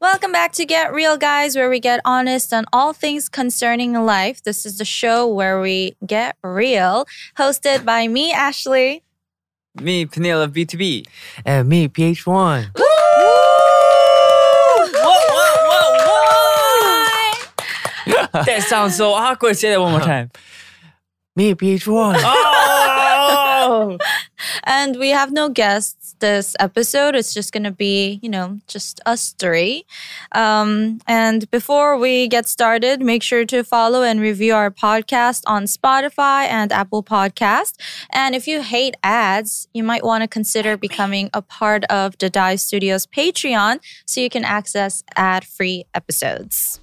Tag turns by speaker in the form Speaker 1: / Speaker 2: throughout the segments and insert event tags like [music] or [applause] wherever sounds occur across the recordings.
Speaker 1: Welcome back to Get Real, guys, where we get honest on all things concerning life. This is the show where we get real, hosted by me, Ashley.
Speaker 2: Me, Peniel of B2B.
Speaker 3: And me, PH1.
Speaker 2: That sounds so awkward. Say that one more time.
Speaker 3: Me, PH1.
Speaker 2: Oh!
Speaker 1: And we have no guests this episode. It's just going to be, you know, just us three. Um, and before we get started, make sure to follow and review our podcast on Spotify and Apple Podcast. And if you hate ads, you might want to consider becoming a part of the Dive Studios Patreon so you can access ad free episodes.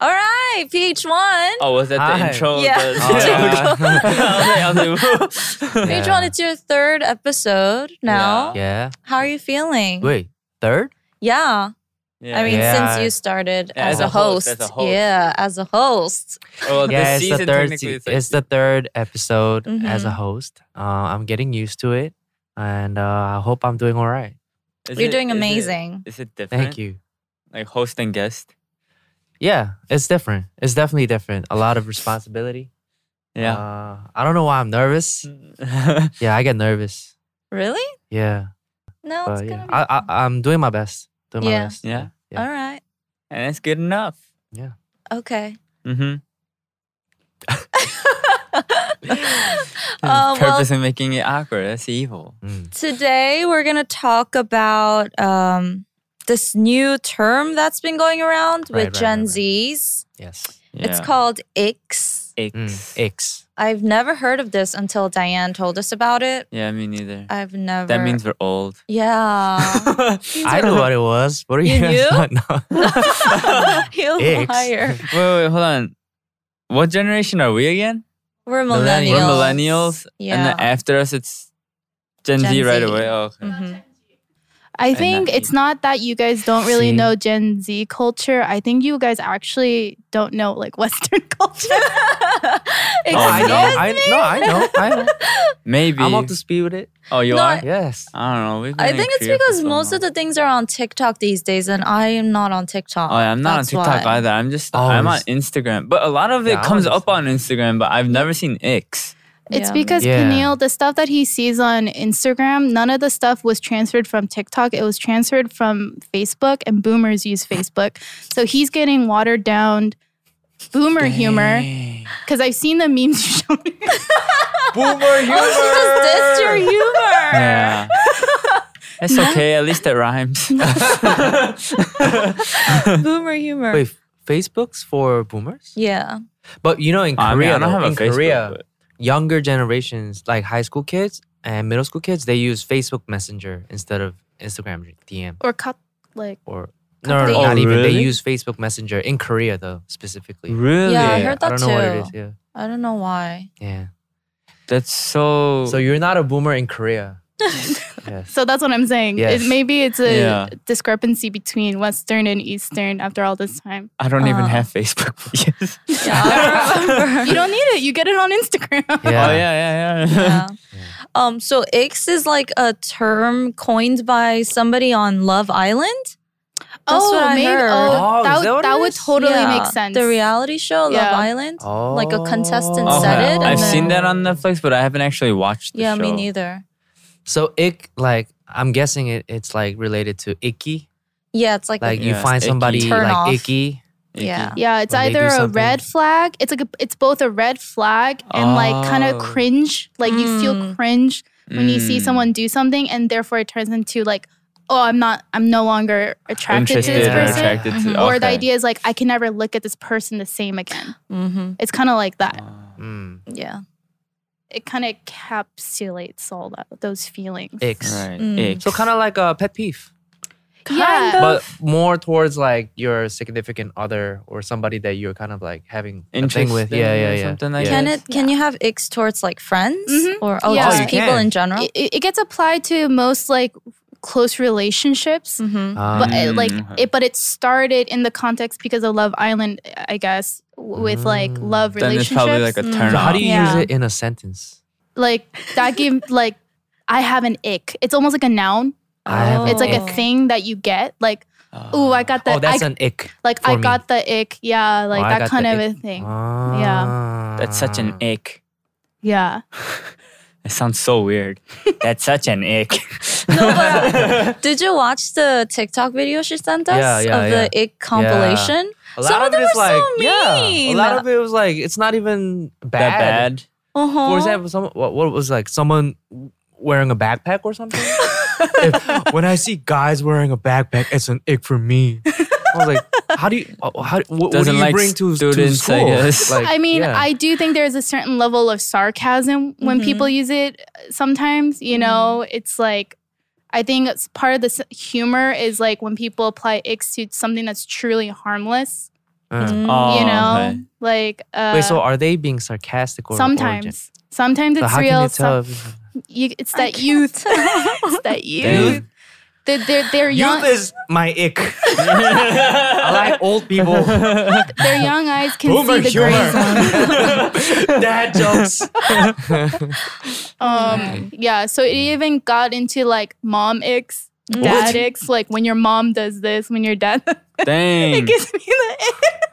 Speaker 1: All right, PH1.
Speaker 2: Oh, was that the
Speaker 3: Hi.
Speaker 2: intro?
Speaker 1: Yeah.
Speaker 2: [laughs] The-
Speaker 3: Oh,
Speaker 2: I was like, I was like,
Speaker 1: Page one, it's your third episode now.
Speaker 3: yeah.
Speaker 1: How are you feeling?
Speaker 3: Wait, third?
Speaker 1: Yeah.
Speaker 2: [laughs] Yeah.
Speaker 1: I mean,
Speaker 3: Yeah.
Speaker 1: since you started
Speaker 2: Yeah,
Speaker 1: as, a host,
Speaker 2: as a host.
Speaker 1: Yeah, as a host.
Speaker 2: well,
Speaker 3: yeah,
Speaker 2: this
Speaker 3: it's the
Speaker 2: Oh, season
Speaker 3: third.
Speaker 2: technically
Speaker 3: se-
Speaker 2: it's like-
Speaker 3: it's the third episode as a
Speaker 1: Mhm.
Speaker 3: host. Uh, I'm getting used to it, and uh, I hope I'm doing all right.
Speaker 2: Is
Speaker 1: You're
Speaker 2: it-
Speaker 1: doing
Speaker 2: is it-
Speaker 1: amazing.
Speaker 2: Is it different?
Speaker 3: Thank you.
Speaker 2: Like host and guest.
Speaker 3: Yeah, it's different. It's definitely different. A lot of responsibility.
Speaker 2: Yeah. [laughs] Mm-hmm.
Speaker 3: Uh, I don't know why I'm nervous. Yeah, I get nervous.
Speaker 1: Really?
Speaker 3: Yeah,
Speaker 1: No, it's
Speaker 3: but
Speaker 1: gonna
Speaker 3: Uh, yeah,
Speaker 1: be
Speaker 3: I, I I'm doing my best. Doing my
Speaker 1: Yeah.
Speaker 3: best.
Speaker 2: Yeah.
Speaker 3: yeah.
Speaker 1: all right.
Speaker 2: and that's good enough. [laughs]
Speaker 1: Okay. [laughs]
Speaker 2: Mm-hmm.
Speaker 3: [laughs]
Speaker 1: Uh, well-
Speaker 2: Purpose in making it awkward. That's evil.
Speaker 3: Mm.
Speaker 1: Today we're gonna talk about um, this new term that's been going around
Speaker 3: Right,
Speaker 1: with
Speaker 3: right,
Speaker 1: Gen
Speaker 3: right, right.
Speaker 1: Zs.
Speaker 3: Yes.
Speaker 1: It's
Speaker 2: Yeah.
Speaker 1: called Ix.
Speaker 2: Ix.
Speaker 3: Mm. X.
Speaker 1: I've never heard of this until Diane told us about it.
Speaker 2: Yeah, me neither.
Speaker 1: I've never.
Speaker 2: that means we're old.
Speaker 3: [laughs]
Speaker 1: Yeah. [laughs]
Speaker 2: [laughs]
Speaker 3: I knew what it was. What are you,
Speaker 1: You knew?
Speaker 3: [laughs] guys
Speaker 1: [laughs]
Speaker 3: not know?
Speaker 1: you
Speaker 3: Ix.
Speaker 1: liar.
Speaker 2: [laughs] wait, wait, hold on. What generation are we again?
Speaker 1: We're millennials.
Speaker 3: Millennials.
Speaker 2: We're millennials. And
Speaker 1: Yeah.
Speaker 2: then after us, it's Gen,
Speaker 1: Gen
Speaker 2: Z right
Speaker 1: Z.
Speaker 2: away. Oh, okay.
Speaker 4: Mm-hmm.
Speaker 1: [laughs] Mhm.
Speaker 4: I think
Speaker 2: that
Speaker 4: it's not that you guys don't really
Speaker 3: See?
Speaker 4: know Gen Z culture. I think you guys actually don't know like [laughs] Western culture.
Speaker 1: Excuse
Speaker 3: No,
Speaker 2: Oh,
Speaker 3: I know.
Speaker 1: me?
Speaker 3: I, no, I know. I know.
Speaker 2: Maybe.
Speaker 3: I'm up to speed with it. Uh,
Speaker 2: oh, you
Speaker 1: No,
Speaker 2: are?
Speaker 1: I-
Speaker 3: Yes.
Speaker 2: I don't know. We've been
Speaker 1: I
Speaker 2: in
Speaker 1: think it's
Speaker 2: Korea for
Speaker 1: because
Speaker 2: so
Speaker 1: most of the
Speaker 2: long.
Speaker 1: things are on TikTok these days, and I am not on TikTok.
Speaker 2: Oh, yeah, I'm not on
Speaker 1: That's
Speaker 2: TikTok
Speaker 1: why.
Speaker 2: either. I'm just
Speaker 3: Oh,
Speaker 2: I'm on
Speaker 3: it's-
Speaker 2: Instagram, but a lot of it
Speaker 3: Yeah, I'm on
Speaker 2: comes up on Instagram. But I've never seen X.
Speaker 4: It's
Speaker 1: Yeah.
Speaker 4: because
Speaker 3: Yeah.
Speaker 4: Peniel, the stuff that he sees on Instagram, none of the stuff was transferred from TikTok. It was transferred from Facebook, and boomers use Facebook. So he's getting watered down boomer humor. Because I've seen the memes [laughs] you showed me.
Speaker 2: Boomer
Speaker 4: [laughs]
Speaker 2: humor.
Speaker 1: Oh, she just dissed your humor. [laughs]
Speaker 2: Yeah. It's okay. At least it rhymes.
Speaker 1: Boomer humor.
Speaker 3: Wait, Facebook's for boomers?
Speaker 1: Yeah.
Speaker 3: But you know, in
Speaker 2: I mean,
Speaker 3: Korea,
Speaker 2: I don't
Speaker 3: though,
Speaker 2: have a
Speaker 3: in
Speaker 2: Facebook,
Speaker 3: Korea,
Speaker 2: but-
Speaker 3: younger generations, like high school kids and middle school kids, they use Facebook Messenger instead of Instagram DM
Speaker 4: or cut like
Speaker 3: or no, no, no
Speaker 1: Completely.
Speaker 3: not
Speaker 2: Oh,
Speaker 3: even. They
Speaker 2: really?
Speaker 3: use Facebook Messenger in Korea though, specifically.
Speaker 2: [laughs] Really?
Speaker 1: Yeah, I heard
Speaker 3: I don't
Speaker 1: that
Speaker 3: know what it
Speaker 1: too.
Speaker 3: is. Yeah,
Speaker 1: I don't know why.
Speaker 3: yeah.
Speaker 2: That's so.
Speaker 3: So you're not a boomer in [laughs] Korea. yes.
Speaker 4: So that's what I'm saying.
Speaker 3: Yes.
Speaker 4: It, maybe it's a
Speaker 2: Yeah.
Speaker 4: discrepancy between Western and Eastern after all this time.
Speaker 2: I don't even
Speaker 1: Uh.
Speaker 2: have Facebook. [laughs] Yes.
Speaker 1: Yeah, I don't
Speaker 4: [laughs]
Speaker 1: remember.
Speaker 4: You don't need it. You get it on
Speaker 3: [laughs]
Speaker 4: Instagram.
Speaker 2: Oh yeah, yeah, yeah.
Speaker 1: yeah. Um, so Ix is like a term coined by somebody on Love Island. That's what I
Speaker 4: maybe-
Speaker 1: heard.
Speaker 4: Oh,
Speaker 3: Oh, is
Speaker 4: that, would-
Speaker 3: that what
Speaker 4: that
Speaker 3: it
Speaker 4: would
Speaker 3: is?
Speaker 4: totally
Speaker 1: Yeah,
Speaker 4: make sense.
Speaker 1: The reality show Love
Speaker 4: Yeah.
Speaker 1: Island.
Speaker 3: Oh.
Speaker 1: Like a contestant
Speaker 2: Oh,
Speaker 1: said
Speaker 2: okay.
Speaker 1: it and
Speaker 2: I've
Speaker 1: then-
Speaker 2: seen that on Netflix, but I haven't actually watched the
Speaker 1: yeah,
Speaker 2: show.
Speaker 1: me neither.
Speaker 3: So ick, like I'm guessing it, it's like related to icky.
Speaker 1: Yeah, it's like,
Speaker 3: Like
Speaker 1: a
Speaker 3: you
Speaker 2: Yeah,
Speaker 3: find
Speaker 2: icky.
Speaker 3: somebody
Speaker 1: Turn
Speaker 3: like
Speaker 1: off.
Speaker 3: icky,
Speaker 2: Icky.
Speaker 1: Yeah.
Speaker 4: Yeah, it's
Speaker 3: When they do
Speaker 4: either a
Speaker 3: something-
Speaker 4: red flag. It's like a, it's both a red flag and like kind
Speaker 3: Oh.
Speaker 4: of cringe. Like you feel
Speaker 1: Mm.
Speaker 4: cringe when you see
Speaker 2: Mm.
Speaker 4: someone do something, and therefore it turns into like, oh, I'm not, I'm no longer attracted
Speaker 2: interested
Speaker 4: to this
Speaker 2: or
Speaker 4: person.
Speaker 2: attracted to,
Speaker 1: Mhm.
Speaker 2: okay.
Speaker 4: Or the idea is like, I can never look at this person the same again.
Speaker 1: Mm-hmm.
Speaker 4: It's kind of like that.
Speaker 2: Ah.
Speaker 3: Mm.
Speaker 1: Yeah.
Speaker 4: It kind of encapsulates all that those feelings.
Speaker 3: Icks.
Speaker 2: Right.
Speaker 1: Mm.
Speaker 2: Ick.
Speaker 3: So kind of like a pet peeve,
Speaker 4: yeah.
Speaker 3: but more towards like your significant other or somebody that you're kind of like having a thing
Speaker 2: Interested
Speaker 3: with. Yeah, yeah,
Speaker 2: or
Speaker 3: yeah.
Speaker 2: something like
Speaker 3: yeah.
Speaker 2: that?
Speaker 1: Can it? Can you have icks towards like friends
Speaker 4: Mhm.
Speaker 1: or oh,
Speaker 4: Yeah.
Speaker 3: Oh,
Speaker 1: just
Speaker 3: you
Speaker 1: people
Speaker 3: can.
Speaker 1: in general?
Speaker 4: it, it it gets applied to most like close relationships.
Speaker 3: [laughs]
Speaker 1: Mm-hmm.
Speaker 4: but
Speaker 3: Um,
Speaker 4: it, like
Speaker 2: Mm.
Speaker 4: it but it started in the context because of love island i guess w- with like
Speaker 3: Mm.
Speaker 4: love
Speaker 2: Then it's
Speaker 4: relationships
Speaker 2: probably like a
Speaker 1: Mm.
Speaker 2: turn
Speaker 3: so how
Speaker 2: off.
Speaker 3: do you
Speaker 4: Yeah.
Speaker 3: use it in a sentence?
Speaker 4: like that gave [laughs] like i have an ick it's almost like a noun
Speaker 3: I have
Speaker 4: it's like
Speaker 3: Oh.
Speaker 4: a thing that you get like oh i got
Speaker 3: oh,
Speaker 4: the
Speaker 3: that's
Speaker 4: I,
Speaker 3: an ick.
Speaker 4: like
Speaker 3: for
Speaker 4: i
Speaker 3: me. Oh,
Speaker 4: got the ick yeah like
Speaker 3: I
Speaker 4: that
Speaker 3: got
Speaker 4: kind
Speaker 3: the
Speaker 4: of
Speaker 3: ick.
Speaker 4: a thing
Speaker 3: Ah.
Speaker 2: That's such an ick.
Speaker 4: yeah
Speaker 2: It sounds so
Speaker 4: [laughs]
Speaker 2: weird. That's such an ick.
Speaker 1: No, but did you watch the TikTok video she sent us
Speaker 3: Yeah, yeah,
Speaker 1: of the ick compilation?
Speaker 3: A
Speaker 1: Some
Speaker 3: lot
Speaker 1: of
Speaker 3: of it
Speaker 1: them
Speaker 3: is
Speaker 1: were
Speaker 3: like,
Speaker 1: so
Speaker 3: yeah. A
Speaker 1: mean.
Speaker 3: lot of it was like, it's not even
Speaker 2: [laughs] that
Speaker 3: bad.
Speaker 2: bad.
Speaker 1: Uh-huh.
Speaker 3: For example, some, what, what was like someone wearing a backpack or something? [laughs] If- when I see guys wearing a backpack, it's an ick for me. I was like, how do you, uh, how, what, what do
Speaker 2: Doesn't
Speaker 3: you
Speaker 2: like
Speaker 3: bring to, to
Speaker 2: students, I
Speaker 3: school?
Speaker 2: guess.
Speaker 3: [laughs] Like,
Speaker 4: i mean
Speaker 3: yeah.
Speaker 4: i do think there's a certain level of sarcasm when
Speaker 3: Mm-hmm.
Speaker 1: Mhm.
Speaker 4: people use it uh, sometimes you know it's like i think it's part of the s- humor is like when people apply icks to something that's truly harmless
Speaker 3: Uh.
Speaker 2: Oh,
Speaker 4: you know
Speaker 2: okay.
Speaker 4: like uh,
Speaker 3: Wait, so are they being sarcastic or or gen-
Speaker 4: sometimes sometimes
Speaker 3: So
Speaker 4: it's
Speaker 3: how
Speaker 4: real
Speaker 3: can you tell?
Speaker 4: some-
Speaker 3: if-
Speaker 4: you, it's
Speaker 1: I
Speaker 4: that youth [laughs]
Speaker 1: can't
Speaker 4: it's that youth
Speaker 2: Damn.
Speaker 4: they're, they're, they're young
Speaker 3: Youth is my
Speaker 4: [laughs]
Speaker 3: ick. I like old people.
Speaker 4: their young eyes can
Speaker 3: Boomer
Speaker 4: see the
Speaker 3: humor.
Speaker 4: gray zone
Speaker 3: [laughs] Dad jokes.
Speaker 4: um, yeah so it
Speaker 2: Mm.
Speaker 4: even got into like mom icks dad icks like when your mom does this when your dad [laughs]
Speaker 2: Dang.
Speaker 4: it gives me the ick.
Speaker 2: [laughs]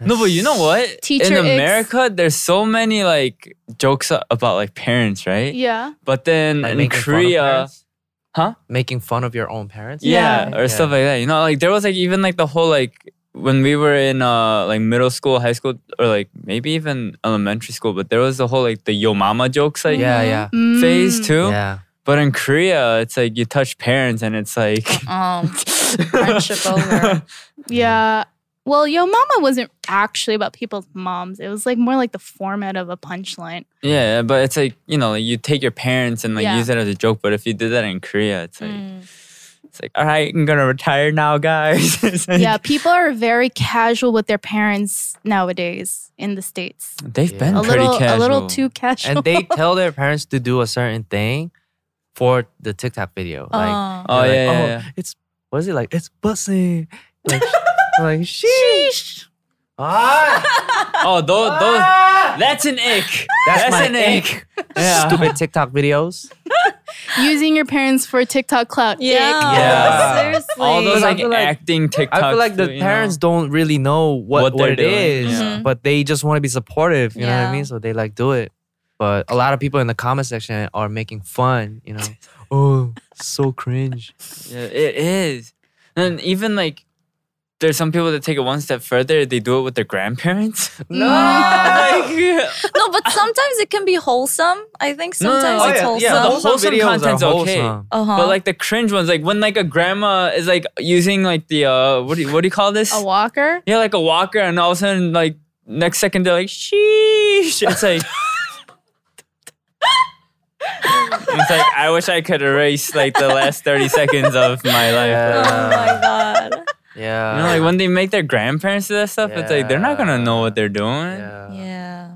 Speaker 2: No, but you know what?
Speaker 4: Teacher
Speaker 2: in
Speaker 4: icks.
Speaker 2: America, there's so many like jokes a- about like parents, right?
Speaker 4: yeah
Speaker 2: But then
Speaker 3: Like
Speaker 2: in
Speaker 3: making fun of
Speaker 2: Korea,
Speaker 3: parents?
Speaker 2: Huh?
Speaker 3: Making fun of your own parents?
Speaker 2: yeah,
Speaker 4: Yeah.
Speaker 2: or stuff like that. You know, like there was like even like the whole like when we were in uh like middle school, high school, or like maybe even elementary school, but there was the whole like the yo mama jokes like
Speaker 3: Yeah, yeah.
Speaker 2: phase
Speaker 4: Mm.
Speaker 2: too.
Speaker 3: Yeah.
Speaker 2: But in Korea, it's like you touch parents and it's like
Speaker 4: [laughs]
Speaker 1: um, friendship over.
Speaker 4: Mm, yeah well yo mama wasn't actually about people's moms it was like more like the format of a punchline
Speaker 2: Yeah, but it's like you know, like you take your parents and like
Speaker 4: Yeah.
Speaker 2: use it as a joke. But if you did that in Korea, it's like
Speaker 1: Mm.
Speaker 2: it's like all right, I'm gonna retire now, guys. [laughs] It's like-
Speaker 4: yeah, people are very casual with their parents nowadays in the states.
Speaker 2: they've
Speaker 3: Yeah.
Speaker 2: been
Speaker 4: A
Speaker 2: Mm, pretty
Speaker 4: little,
Speaker 2: casual.
Speaker 4: a little too casual.
Speaker 3: And they tell their parents to do a certain thing for the TikTok video. Like,
Speaker 1: Uh,
Speaker 2: Oh
Speaker 3: they're
Speaker 2: yeah,
Speaker 3: like,
Speaker 2: yeah, yeah.
Speaker 3: it's what is it like? It's bussing. Like, like sheesh. Ah,
Speaker 2: Oh, those, those that's an ick. That's
Speaker 3: that's, my
Speaker 2: an
Speaker 3: [laughs]
Speaker 2: ick. Yeah.
Speaker 3: Stupid TikTok videos.
Speaker 4: [laughs] Using your parents for TikTok clout.
Speaker 1: yeah,
Speaker 4: Ick.
Speaker 2: Yeah.
Speaker 1: seriously.
Speaker 2: All those
Speaker 3: Because I
Speaker 2: like,
Speaker 3: feel like-
Speaker 2: acting TikToks.
Speaker 3: I feel like the
Speaker 2: too, you know?
Speaker 3: parents don't really know what,
Speaker 2: What
Speaker 3: what,
Speaker 2: they're
Speaker 3: it
Speaker 2: doing,
Speaker 3: is,
Speaker 2: yeah.
Speaker 3: but they just want to be supportive. You know what
Speaker 1: Yeah.
Speaker 3: I mean? So they like do it. But a lot of people in the comment section are making fun. You know, oh, so cringe.
Speaker 2: Yeah, it is. And even like, there's some people that take it one step further. They do it with their grandparents.
Speaker 4: Mm,
Speaker 2: Like,
Speaker 1: no, but sometimes it can be wholesome. I think
Speaker 2: No, no, no,
Speaker 1: sometimes
Speaker 2: oh,
Speaker 1: it's
Speaker 2: yeah,
Speaker 1: wholesome.
Speaker 2: yeah, the whole- wholesome
Speaker 3: videos are
Speaker 2: content's okay.
Speaker 3: wholesome.
Speaker 1: uh-huh.
Speaker 2: But like the cringe ones, like when like a grandma is like using like the uh what do you, what do you call this?
Speaker 4: A walker.
Speaker 2: yeah, like a walker, and all of a sudden like next second they're like sheesh. It's like it's like I wish I could erase like the last thirty seconds of my life.
Speaker 1: [laughs] oh my
Speaker 3: [laughs]
Speaker 1: god.
Speaker 3: Yeah,
Speaker 2: You know, like when they make their grandparents do that stuff, it's like they're not gonna know what they're doing.
Speaker 3: yeah.
Speaker 1: Yeah.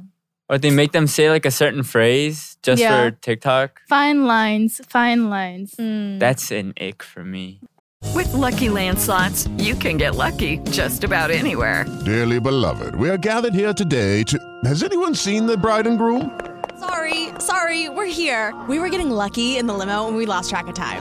Speaker 2: Or they make them say like a certain phrase just
Speaker 4: Yeah.
Speaker 2: for TikTok.
Speaker 4: Fine lines. Fine lines.
Speaker 1: Mm.
Speaker 2: That's an ick for me. [laughs]
Speaker 5: With Lucky Land slots, you can get lucky just about anywhere.
Speaker 6: Dearly beloved, we are gathered here today to. Has anyone seen the bride and groom?
Speaker 7: Sorry, sorry, we're here. We were getting lucky in the limo and we lost track of time.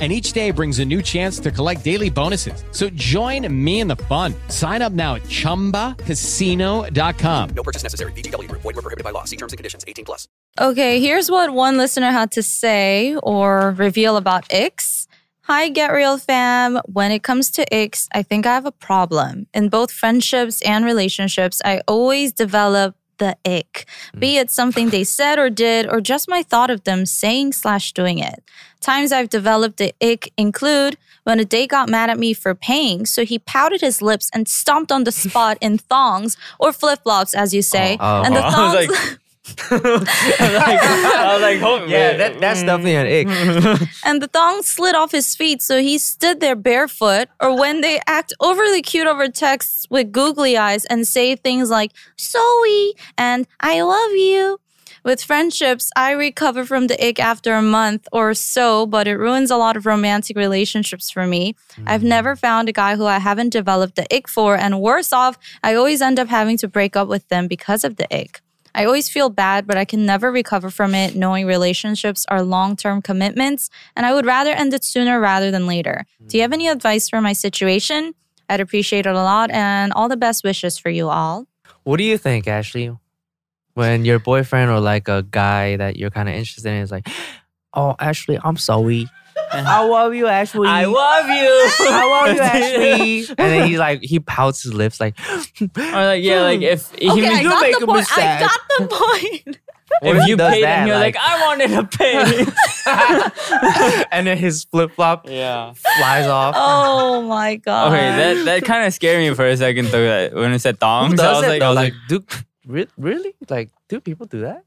Speaker 8: And each day brings a new chance to collect daily bonuses. So join me in the fun. Sign up now at chumbacasino.com.
Speaker 9: No purchase necessary. VGW Group. Void were prohibited by law. See terms and conditions. 18 plus.
Speaker 1: Okay, here's what one listener had to say or reveal about Ix. Hi, Get Real fam. When it comes to Ix, I think I have a problem. In both friendships and relationships, I always develop the ick,
Speaker 3: Hmm.
Speaker 1: be it something they said or did, or just my thought of them saying slash doing it. Times I've developed the ick include when a date got mad at me for paying, so he pouted his lips and stomped
Speaker 3: [laughs]
Speaker 1: on the spot in thongs or flip flops, as you say.
Speaker 3: Oh.
Speaker 1: and the
Speaker 3: [laughs] I was
Speaker 1: thongs.
Speaker 3: like,
Speaker 2: I mm-hmm. was like, hold-
Speaker 3: yeah, that, that's definitely an ick.
Speaker 1: and the thong slid off his feet, so he stood there barefoot. Or when they act overly cute over texts with googly eyes and say things like "sorry" and "I love you." With friendships, I recover from the ick after a month or so, but it ruins a lot of romantic relationships for me. I've never found a guy who I haven't developed the ick for, and worse off, I always end up having to break up with them because of the ick. I always feel bad, but I can never recover from it, knowing relationships are long term commitments, and I would rather end it sooner rather than later. Do you have any advice for my situation? I'd appreciate it a lot, and all the best wishes for you all.
Speaker 3: what do you think, Ashley? When your boyfriend or like a guy that you're kind of interested in is like, oh, Ashley, I'm sorry. I love you, Ashley.
Speaker 2: I love
Speaker 1: [laughs]
Speaker 2: Oh, you.
Speaker 3: I [laughs] love you, Ashley. and then he like he pouts his lips like,
Speaker 2: Or like, yeah, like if he,
Speaker 1: Okay, I
Speaker 3: you
Speaker 1: got
Speaker 3: make
Speaker 1: the
Speaker 3: him
Speaker 1: point. I
Speaker 3: sad.
Speaker 1: got the
Speaker 3: [laughs]
Speaker 1: point.
Speaker 2: if you
Speaker 3: does
Speaker 2: paid
Speaker 3: that,
Speaker 2: him, you're like,
Speaker 3: like-
Speaker 2: I wanted to
Speaker 1: [laughs]
Speaker 2: pay.
Speaker 3: [laughs] and then his flip flop
Speaker 2: [laughs] yeah.
Speaker 3: flies off.
Speaker 1: Oh my god.
Speaker 2: Okay, that that kind of scared me for a second though. that- When it said
Speaker 3: Who
Speaker 2: thongs, I
Speaker 3: does
Speaker 2: was
Speaker 3: it
Speaker 2: like, I
Speaker 3: though?
Speaker 2: was
Speaker 3: Like,
Speaker 2: like,
Speaker 3: do re- really? Like, do people do that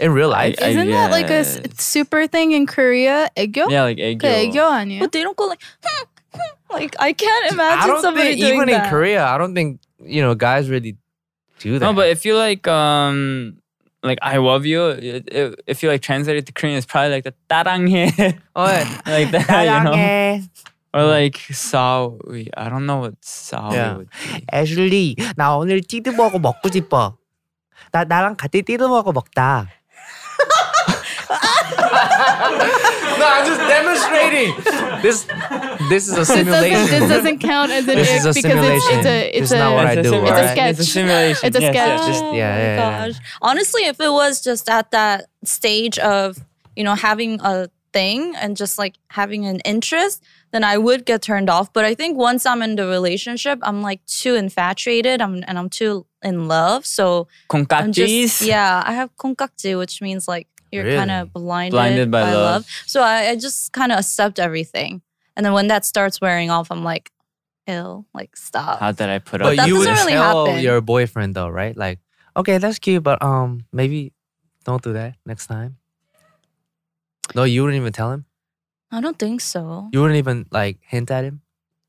Speaker 3: in real life?
Speaker 2: I
Speaker 4: Isn't that like a s-
Speaker 2: guess.
Speaker 4: super thing in Korea? Eggyo?
Speaker 2: yeah, like egg.
Speaker 4: The
Speaker 2: yolk.
Speaker 4: eggyo on you.
Speaker 1: But they don't go like, hmm, hmm. like I can't imagine
Speaker 3: I don't
Speaker 1: somebody
Speaker 3: think
Speaker 1: doing
Speaker 3: even
Speaker 1: that.
Speaker 3: in Korea, I don't think you know guys really do that.
Speaker 1: [laughs]
Speaker 2: No, but [laughs] if you like, um, like I love you, it, it, if you like translate it to Korean, it's probably like the taranghe,
Speaker 3: oh, yeah.
Speaker 2: [laughs] like that, you know, or like sawi. I don't know what sawi
Speaker 3: Yeah.
Speaker 2: would be.
Speaker 3: 애슐리, 나 오늘 띠드버거 먹고 싶어. 나 나랑 같이 띠드버거 [laughs] 먹다. no, I'm just demonstrating. This this is a
Speaker 4: This
Speaker 3: simulation.
Speaker 4: doesn't, this doesn't count as an
Speaker 3: This
Speaker 4: ick
Speaker 3: is a
Speaker 4: because it's, it's
Speaker 3: simulation.
Speaker 4: a it's,
Speaker 3: It's
Speaker 4: a
Speaker 3: not what I
Speaker 2: It's a
Speaker 3: do,
Speaker 2: sim-
Speaker 3: It's a
Speaker 2: right?
Speaker 4: sketch.
Speaker 2: It's a simulation.
Speaker 4: It's a
Speaker 2: yes, yes,
Speaker 4: sketch.
Speaker 2: yes.
Speaker 3: yeah, yeah, yeah.
Speaker 1: oh gosh. Honestly, if it was just at that stage of, you know, having a thing and just like having an interest, then I would get turned off. But I think once I'm in the relationship, I'm like too infatuated I'm, and I'm too in love. So I'm just,
Speaker 2: Konkakjis.
Speaker 1: yeah, I have konkakji, which means like you're kind
Speaker 3: Really?
Speaker 1: of blinded,
Speaker 2: Blinded by love.
Speaker 1: So I, I just kind of accept everything. And then when that starts wearing off, I'm like, ill, like stop.
Speaker 2: How did I put up?
Speaker 3: But
Speaker 1: that
Speaker 3: you would
Speaker 1: doesn't really
Speaker 3: tell
Speaker 1: happen.
Speaker 3: your boyfriend though, right? Like, okay, that's cute, but um, maybe don't do that next time. No, you wouldn't even tell him.
Speaker 1: I don't think so.
Speaker 3: You wouldn't even like hint at him.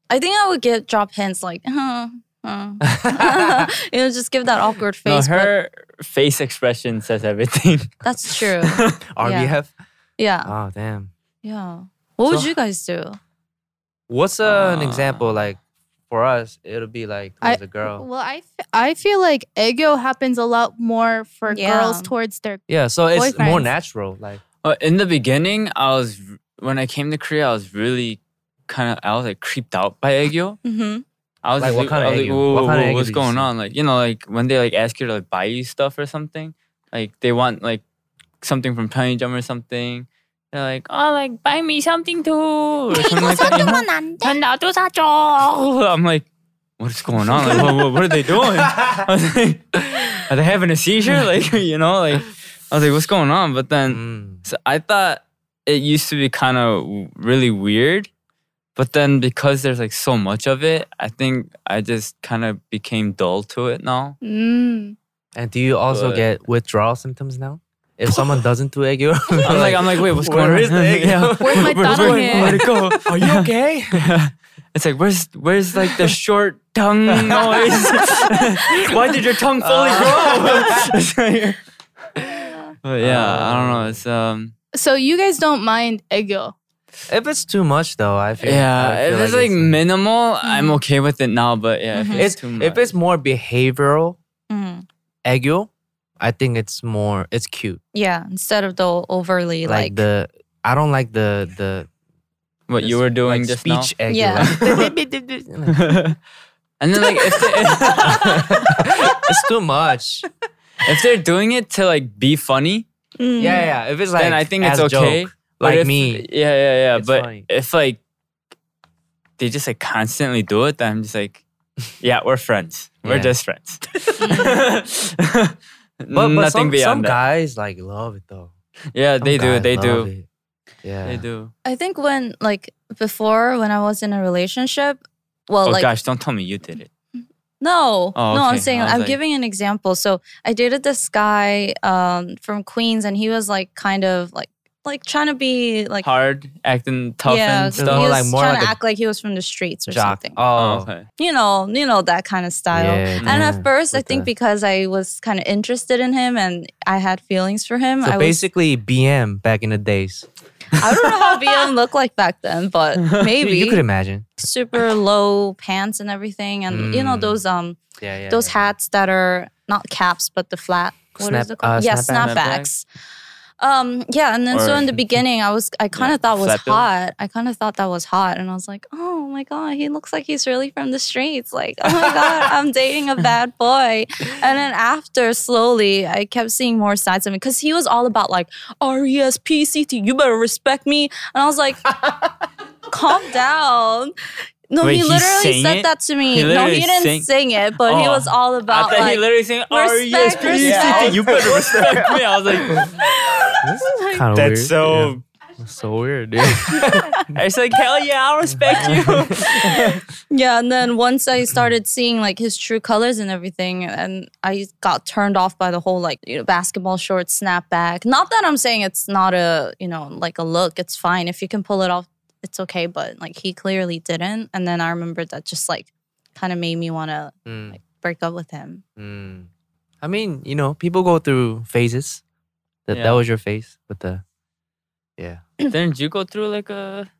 Speaker 1: I think I would get drop hints like, huh, huh.
Speaker 2: [laughs]
Speaker 1: you know, just give that awkward
Speaker 2: no,
Speaker 1: face. but
Speaker 2: her face expression says everything.
Speaker 1: that's
Speaker 2: [laughs]
Speaker 1: true.
Speaker 3: RBF.
Speaker 1: yeah,
Speaker 3: Oh damn.
Speaker 1: yeah. What would
Speaker 3: So-
Speaker 1: you guys do?
Speaker 3: What's uh, an example
Speaker 2: Ah.
Speaker 3: like for us? It'll be like
Speaker 4: I-
Speaker 3: towards a girl.
Speaker 4: Well, I, f- I feel like eggyo happens a lot more for
Speaker 1: Yeah.
Speaker 4: girls towards their.
Speaker 3: yeah, so it's more
Speaker 4: boyfriends.
Speaker 3: natural. Like
Speaker 2: Uh, in the beginning, I was when I came to Korea, I was really kind of I was like creeped out by eggyo.
Speaker 1: Mm-hmm.
Speaker 2: I was
Speaker 3: Like,
Speaker 2: like,
Speaker 3: what kind
Speaker 2: I
Speaker 3: of
Speaker 2: was
Speaker 3: egg
Speaker 2: like,
Speaker 3: you-
Speaker 2: whoa,
Speaker 3: what
Speaker 2: whoa,
Speaker 3: kind of
Speaker 2: whoa,
Speaker 3: egg
Speaker 2: what's
Speaker 3: did you
Speaker 2: going
Speaker 3: see?
Speaker 2: on? Like, you know, like when they like ask you to like buy you stuff or something, like they want like something from Tiny Jump or something. They're like, oh, like buy me something too. Or something like that. you know? "전 나도 사줘."
Speaker 3: [laughs]
Speaker 2: I'm like, what is going on? Like, what, what, what are they doing? [laughs] I was like, are they having a seizure? [laughs] Like, you know, like I was like, what's going on? But then.
Speaker 3: mm,
Speaker 2: So I thought it used to be kind of really weird, but then because there's like so much of it, I think I just kind of became dull to it now.
Speaker 4: Mm.
Speaker 3: and do you also
Speaker 2: But-
Speaker 3: get withdrawal symptoms now? If someone doesn't do
Speaker 2: [laughs]
Speaker 3: egg,
Speaker 2: I'm like, I'm like, wait, what's
Speaker 3: Where
Speaker 2: going on?
Speaker 3: is the egg?
Speaker 2: [laughs] Yeah.
Speaker 4: Where's my
Speaker 2: Where-
Speaker 4: thought on
Speaker 2: where-
Speaker 4: it?
Speaker 2: where'd it go?
Speaker 3: [laughs] are
Speaker 2: [laughs]
Speaker 3: you okay?
Speaker 2: It's like where's where's like
Speaker 3: [laughs]
Speaker 2: the short tongue Uh, [laughs] noise? Why did your tongue fully grow? It's like- But yeah, I don't know. It's um.
Speaker 4: So you guys don't mind egg yolk.
Speaker 3: If it's too much though, I feel
Speaker 2: Yeah,
Speaker 3: I feel uh,
Speaker 2: if it's like minimal,
Speaker 4: Mm-hmm.
Speaker 2: I'm okay with it now. But yeah, if it's,
Speaker 3: it's,
Speaker 2: too much,
Speaker 3: if it's more behavioral
Speaker 1: Mm.
Speaker 3: egg yolk, I think it's more it's cute.
Speaker 1: Yeah, instead of the overly
Speaker 3: like,
Speaker 1: like,
Speaker 3: the I don't like the the
Speaker 2: what you were doing
Speaker 3: like
Speaker 2: just now.
Speaker 3: speech egg
Speaker 1: Yeah.
Speaker 3: yolk. [laughs]
Speaker 2: And then like if, they, [laughs]
Speaker 3: [laughs] it's too much.
Speaker 2: if they're doing it to like be funny,
Speaker 1: Mm.
Speaker 3: Yeah, yeah. If it's like
Speaker 2: then I think
Speaker 3: as
Speaker 2: it's okay.
Speaker 3: joke,
Speaker 2: But
Speaker 3: like
Speaker 2: if-
Speaker 3: me.
Speaker 2: yeah, yeah, yeah.
Speaker 3: It's
Speaker 2: but
Speaker 3: funny.
Speaker 2: if like they just like constantly do it, then I'm just like, yeah, we're friends. We're
Speaker 3: Yeah.
Speaker 2: just friends.
Speaker 3: [laughs]
Speaker 2: [laughs]
Speaker 3: But, but
Speaker 2: Nothing
Speaker 3: some,
Speaker 2: beyond
Speaker 3: some
Speaker 2: that.
Speaker 3: guys like love it though.
Speaker 2: yeah,
Speaker 3: Some
Speaker 2: they do.
Speaker 3: guys
Speaker 2: They
Speaker 3: love
Speaker 2: do.
Speaker 3: it. Yeah.
Speaker 2: They do.
Speaker 1: I think when like before when I was in a relationship, well,
Speaker 2: oh
Speaker 1: like
Speaker 2: gosh, don't tell me you did it.
Speaker 1: No,
Speaker 2: Oh,
Speaker 1: no, I'm
Speaker 2: okay.
Speaker 1: saying
Speaker 2: I was
Speaker 1: I'm
Speaker 2: like-
Speaker 1: giving an example. So I dated this guy um, from Queens, and he was like kind of like like trying to be like
Speaker 2: Hard, acting tough
Speaker 1: yeah,
Speaker 2: and
Speaker 1: he
Speaker 2: stuff.
Speaker 1: was
Speaker 3: More like- more
Speaker 1: trying
Speaker 3: like
Speaker 1: to
Speaker 3: a
Speaker 1: act like he was from the streets or
Speaker 3: Jock.
Speaker 1: something.
Speaker 3: Oh.
Speaker 2: okay.
Speaker 1: You know, you know that kind of style.
Speaker 3: Yeah,
Speaker 1: And
Speaker 3: yeah.
Speaker 1: at first, I
Speaker 3: With
Speaker 1: think
Speaker 3: the-
Speaker 1: because I was kind of interested in him and I had feelings for him,
Speaker 3: So
Speaker 1: I was
Speaker 3: basically BM back in the days.
Speaker 1: I don't know how
Speaker 3: [laughs]
Speaker 1: BM looked like back then, but
Speaker 3: You-
Speaker 1: maybe
Speaker 3: You, could imagine.
Speaker 1: super low pants and everything, and you know
Speaker 3: Mm.
Speaker 1: those um
Speaker 3: Yeah, yeah.
Speaker 1: those hats that are not caps but the flat what is
Speaker 3: Snap-
Speaker 1: it called
Speaker 3: uh,
Speaker 1: yeah
Speaker 3: snapback?
Speaker 1: snapbacks um yeah and then so
Speaker 2: Or-
Speaker 1: in the beginning i was i kind
Speaker 2: Yeah,
Speaker 1: of thought was
Speaker 2: flat bill.
Speaker 1: hot i kind of thought that was hot and i was like oh my god he looks like he's really from the streets like oh my god
Speaker 2: [laughs]
Speaker 1: i'm dating a bad boy and then after slowly i kept seeing more sides of him because he was all about like E r-e-s-p-c-t you better respect me and i was
Speaker 2: [laughs]
Speaker 1: like calm down no,
Speaker 2: Wait,
Speaker 1: he
Speaker 2: he
Speaker 1: literally
Speaker 2: sang
Speaker 1: said
Speaker 2: it?
Speaker 1: that to me.
Speaker 2: He
Speaker 1: no, he
Speaker 2: literally
Speaker 1: didn't
Speaker 2: sang-
Speaker 1: sing it, but he
Speaker 2: Oh.
Speaker 1: was all
Speaker 2: I
Speaker 1: about
Speaker 2: thought
Speaker 1: like,
Speaker 2: he literally "Oh, saying
Speaker 1: respect,
Speaker 2: RESPCT.
Speaker 1: respect.
Speaker 2: You
Speaker 3: [laughs]
Speaker 2: better respect me. I was like,
Speaker 3: kind of
Speaker 2: that's so.
Speaker 3: so weird, dude.
Speaker 2: It's like hell yeah, I'll respect
Speaker 3: [laughs]
Speaker 2: you.
Speaker 1: yeah. And then once I started seeing like his true colors and everything, and I got turned off by the whole like you know basketball shorts snapback. Not that I'm saying it's not a you know like a look. It's fine if you can pull it off. It's okay, but like he clearly didn't. And then I remember that just like kind of made me want to
Speaker 2: [laughs]
Speaker 3: Mm,
Speaker 1: like break up with him.
Speaker 3: mm. I mean, you know, people go through phases. That that
Speaker 2: Yeah.
Speaker 3: was your phase with the yeah
Speaker 2: Didn't you go through like a?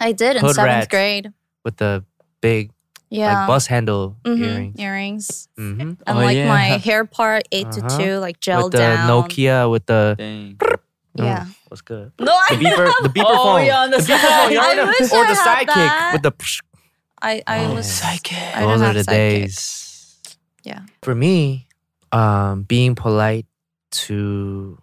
Speaker 1: I did in
Speaker 3: Hood
Speaker 1: seventh
Speaker 3: rats.
Speaker 1: grade.
Speaker 3: with the big
Speaker 1: Yeah.
Speaker 3: like bus handle
Speaker 1: Mhm,
Speaker 3: earrings.
Speaker 1: earrings.
Speaker 3: hmm
Speaker 1: and
Speaker 2: Oh,
Speaker 1: like
Speaker 2: yeah.
Speaker 1: my
Speaker 2: [laughs]
Speaker 1: hair part 8
Speaker 3: Uh-huh.
Speaker 1: to two like gel
Speaker 3: With the
Speaker 1: down.
Speaker 3: Nokia with the
Speaker 2: Dang.
Speaker 3: mm,
Speaker 1: Yeah.
Speaker 3: what's good
Speaker 1: No, I
Speaker 3: the beeper the beeper
Speaker 2: Oh,
Speaker 3: phone
Speaker 2: yeah, on the
Speaker 3: beeper phone, you
Speaker 1: side.
Speaker 3: know?
Speaker 1: I wish
Speaker 3: or
Speaker 1: I
Speaker 3: the
Speaker 1: had
Speaker 3: sidekick
Speaker 1: that.
Speaker 3: with the psh,
Speaker 1: [laughs] I, I
Speaker 3: Oh.
Speaker 1: was
Speaker 2: Psychic.
Speaker 1: I don't
Speaker 3: those are
Speaker 1: have
Speaker 3: the
Speaker 1: sidekick.
Speaker 3: days.
Speaker 1: Yeah.
Speaker 3: For me, um, being polite to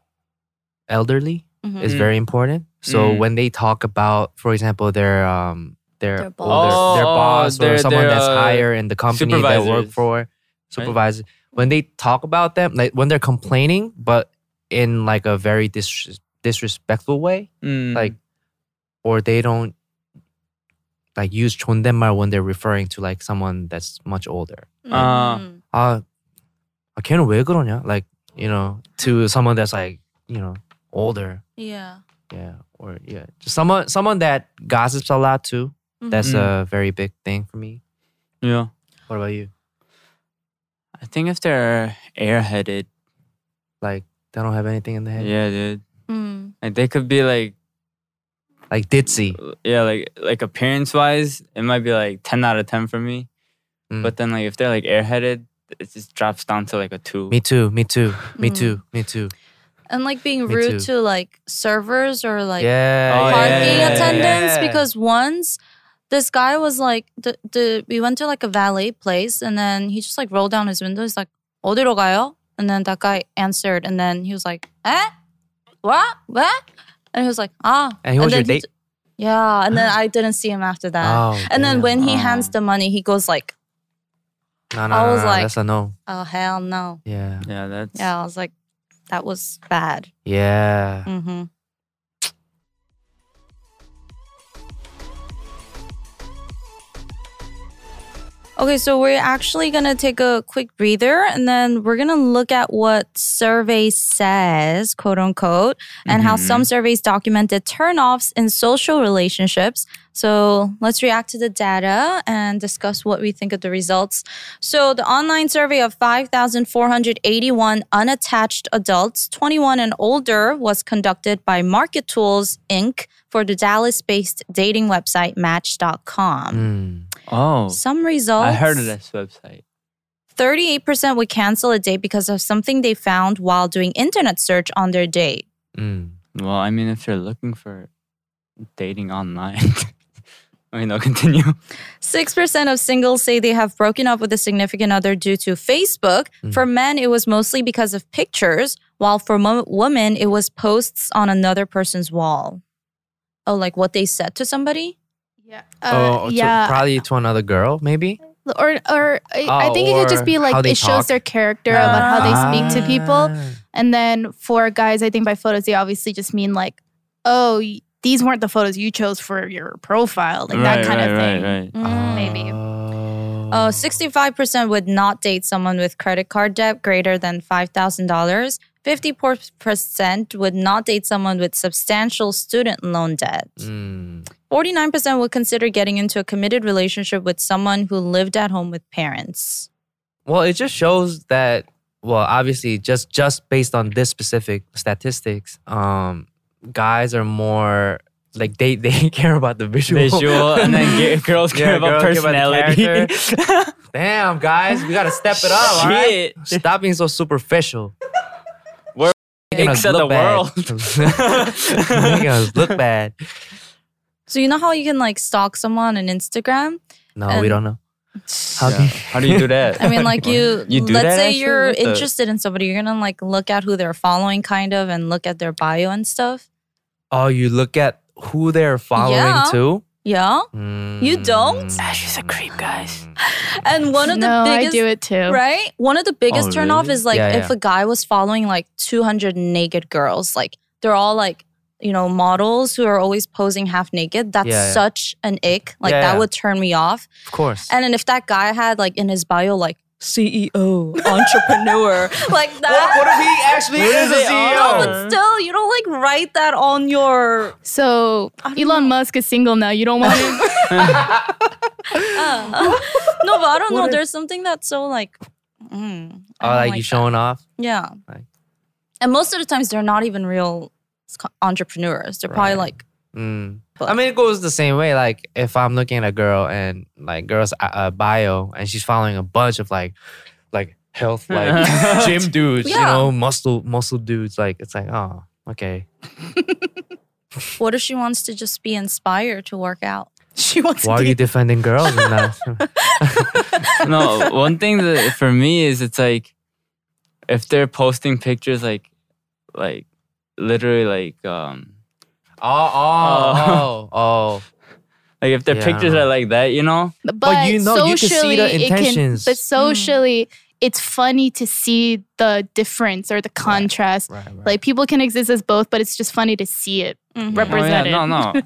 Speaker 3: elderly
Speaker 1: Mhm.
Speaker 3: is
Speaker 2: Mm.
Speaker 3: very important. So
Speaker 2: Mm.
Speaker 3: when they talk about, for example, their um their
Speaker 1: Their boss.
Speaker 3: older,
Speaker 2: Oh,
Speaker 3: their
Speaker 2: oh,
Speaker 3: boss or
Speaker 2: their-
Speaker 3: someone
Speaker 2: their,
Speaker 3: that's
Speaker 2: uh,
Speaker 3: higher in the company they work
Speaker 2: supervisors,
Speaker 3: for, supervisor. When they talk about them, like when they're complaining, but in like a very dis- disrespectful way,
Speaker 2: Mm.
Speaker 3: like or they don't like use 존댓말 when they're referring to like someone that's much older.
Speaker 2: Ah.
Speaker 1: Mhm.
Speaker 3: 아, 아 걔는 왜 그러냐? Like, you know, to someone that's like, you know, older.
Speaker 1: yeah.
Speaker 3: Yeah. Or yeah. Just someone someone that gossips a lot too.
Speaker 1: Mm-hmm.
Speaker 3: That's
Speaker 2: Mhm.
Speaker 3: a very big thing for me.
Speaker 2: yeah.
Speaker 3: What about you?
Speaker 2: I think if they're airheaded,
Speaker 3: Like they don't have anything in the head.
Speaker 2: yeah, dude.
Speaker 1: Mm.
Speaker 2: Like they could be like,
Speaker 3: Like ditzy.
Speaker 2: yeah, like like appearance wise, it might be like ten out of ten for me.
Speaker 3: Mm.
Speaker 2: But then like if they're like airheaded, it just drops down to like a two.
Speaker 3: Me too, me too, me
Speaker 1: Mm.
Speaker 3: too, me too.
Speaker 1: And like being
Speaker 3: Me
Speaker 1: rude to
Speaker 3: too.
Speaker 1: like servers or like
Speaker 3: yeah.
Speaker 2: Oh,
Speaker 3: yeah,
Speaker 1: parking
Speaker 2: yeah, yeah, yeah,
Speaker 1: attendants
Speaker 3: yeah.
Speaker 1: because once this guy was like the, the we went to like a valet place and then he just like rolled down his window. He's like, 어디로 가요? And then that guy answered and then he was like, eh? What? What? And he was like, ah.
Speaker 3: And he was your
Speaker 1: then
Speaker 3: date.
Speaker 1: t- yeah. And then I didn't see him after that.
Speaker 3: Oh,
Speaker 1: and then
Speaker 3: damn.
Speaker 1: when he hands the money, he goes like,
Speaker 3: no, no,
Speaker 1: I
Speaker 3: no,
Speaker 1: was
Speaker 3: no,
Speaker 1: like-
Speaker 3: that's a no.
Speaker 1: oh hell no.
Speaker 3: Yeah.
Speaker 2: Yeah, that's
Speaker 1: Yeah, I was like, that was bad.
Speaker 3: Yeah.
Speaker 1: Mm-hmm. Okay, so we're actually going to take a quick breather and then we're going to look at what survey says, quote unquote, and how
Speaker 10: Mhm.
Speaker 1: some surveys documented turnoffs in social relationships. So let's react to the data and discuss what we think of the results. So the online survey of 5,481 unattached adults, 21 and older, was conducted by Market Tools Inc. for the Dallas based dating website Match.com.
Speaker 2: Oh.
Speaker 1: Some results.
Speaker 2: I heard of this website.
Speaker 1: 38% would cancel a date because of something they found while doing internet search on their date.
Speaker 3: Mm.
Speaker 2: Well, I mean, if you're looking for dating online, [laughs] I mean, I'll continue.
Speaker 1: 6% of singles say they have broken up with a significant other due to Facebook.
Speaker 2: Hmm.
Speaker 1: For men, it was mostly because of pictures, while for mo- women, it was posts on another person's wall. Oh, like what they said to somebody?
Speaker 3: oh, to-
Speaker 4: Uh, yeah.
Speaker 3: probably to another girl, maybe.
Speaker 4: or or I I
Speaker 3: Oh,
Speaker 4: think it could
Speaker 3: or
Speaker 4: just be
Speaker 3: how
Speaker 4: like
Speaker 3: they
Speaker 4: it shows
Speaker 3: talk.
Speaker 4: their character about how they
Speaker 3: Ah.
Speaker 4: speak to people, Mm, and then for guys, I think by photos they obviously just mean like, oh, y- these weren't the photos you chose for your profile, like that kind of
Speaker 1: Mm,
Speaker 4: thing.
Speaker 2: Ah.
Speaker 4: Maybe.
Speaker 3: Mm.
Speaker 1: Oh, 65% would not date someone with credit card debt greater than $5,000. 54% would not date someone with substantial student loan debt.
Speaker 2: Mm.
Speaker 1: 49% would consider getting into a committed relationship with someone who lived at home with parents.
Speaker 3: Well, it just shows that. Well, obviously, just just based on this specific statistics, um, guys are more like they [laughs] they care about the visual,
Speaker 2: Visual, and
Speaker 3: [laughs]
Speaker 2: then ge- [laughs] girls care about
Speaker 3: girls care about the
Speaker 2: personality. [laughs]
Speaker 3: character. Damn, guys, we gotta step it up. all right?
Speaker 2: Shit.
Speaker 3: Stop being so superficial.
Speaker 2: We're
Speaker 3: making us
Speaker 2: eggs of
Speaker 3: look
Speaker 2: the
Speaker 3: [laughs] bad.
Speaker 2: [laughs]
Speaker 3: making us look bad.
Speaker 1: So, you know how you can like stalk someone on Instagram?
Speaker 3: No,
Speaker 1: And-
Speaker 3: we don't know. How,
Speaker 2: Yeah. How do you do that?
Speaker 1: I mean, like you,
Speaker 2: You do
Speaker 1: let's
Speaker 2: that,
Speaker 1: say
Speaker 2: actually?
Speaker 1: you're
Speaker 2: What the-
Speaker 1: interested in somebody, you're gonna like look at who they're following, kind of, and look at their bio and stuff.
Speaker 3: [laughs] Oh, you look at who they're following
Speaker 1: Yeah.
Speaker 3: too.
Speaker 1: Yeah, you don't. she's a creep, guys.
Speaker 3: Mm.
Speaker 1: and one of the
Speaker 4: No, I
Speaker 1: biggest,
Speaker 4: do it too.
Speaker 1: Right, one of the biggest
Speaker 4: Oh,
Speaker 1: turnoff
Speaker 4: really?
Speaker 1: is like
Speaker 4: Yeah,
Speaker 1: if
Speaker 4: yeah.
Speaker 1: a guy was following like 200 naked girls, like they're all like you know models who are always posing half naked. That's
Speaker 3: Yeah, yeah.
Speaker 1: such an ick. Like
Speaker 3: Yeah,
Speaker 1: that
Speaker 3: yeah.
Speaker 1: would turn me off.
Speaker 3: Of course.
Speaker 1: And then if that guy had like in his bio like CEO, entrepreneur, like that.
Speaker 3: What, if he actually
Speaker 1: What if
Speaker 3: is a
Speaker 1: they
Speaker 2: E
Speaker 3: CEO?
Speaker 1: are? No, but still, you don't like write that on your.
Speaker 4: So Elon Musk is single now. You
Speaker 1: [laughs]
Speaker 4: don't want him. [laughs]
Speaker 1: Uh, [laughs] no, but I don't
Speaker 4: What
Speaker 1: know.
Speaker 4: if-
Speaker 1: There's something that's so like, mm,
Speaker 3: Oh, like, you showing off?
Speaker 1: yeah. And most of the times, they're not even real sc- entrepreneurs. They're probably like,
Speaker 3: Mm. I mean, it goes the same way. Like if I'm looking at a girl and like girl's uh, uh, bio, and she's following a bunch of like, like [laughs] health, like gym dudes, you
Speaker 1: Yeah.
Speaker 3: know, muscle muscle dudes. Like it's like, oh, okay,
Speaker 1: what if she wants to just be inspired to work out? She wants
Speaker 3: why are you defending girls in that?
Speaker 2: [laughs] no, one thing that for me is it's like if they're posting pictures like like literally like um
Speaker 3: [laughs] oh,
Speaker 2: [laughs]
Speaker 3: oh, oh, oh.
Speaker 2: like if their
Speaker 3: Yeah, I
Speaker 2: pictures
Speaker 3: know.
Speaker 2: are like that, you know?
Speaker 4: But,
Speaker 3: But you know, you can see the
Speaker 4: socially, it can-
Speaker 3: intentions. Mm.
Speaker 4: but socially, it's funny to see the difference or the contrast. Like people can exist as both, but it's just funny to see it
Speaker 1: Mm-hmm.
Speaker 4: represented.
Speaker 2: Oh, no, no.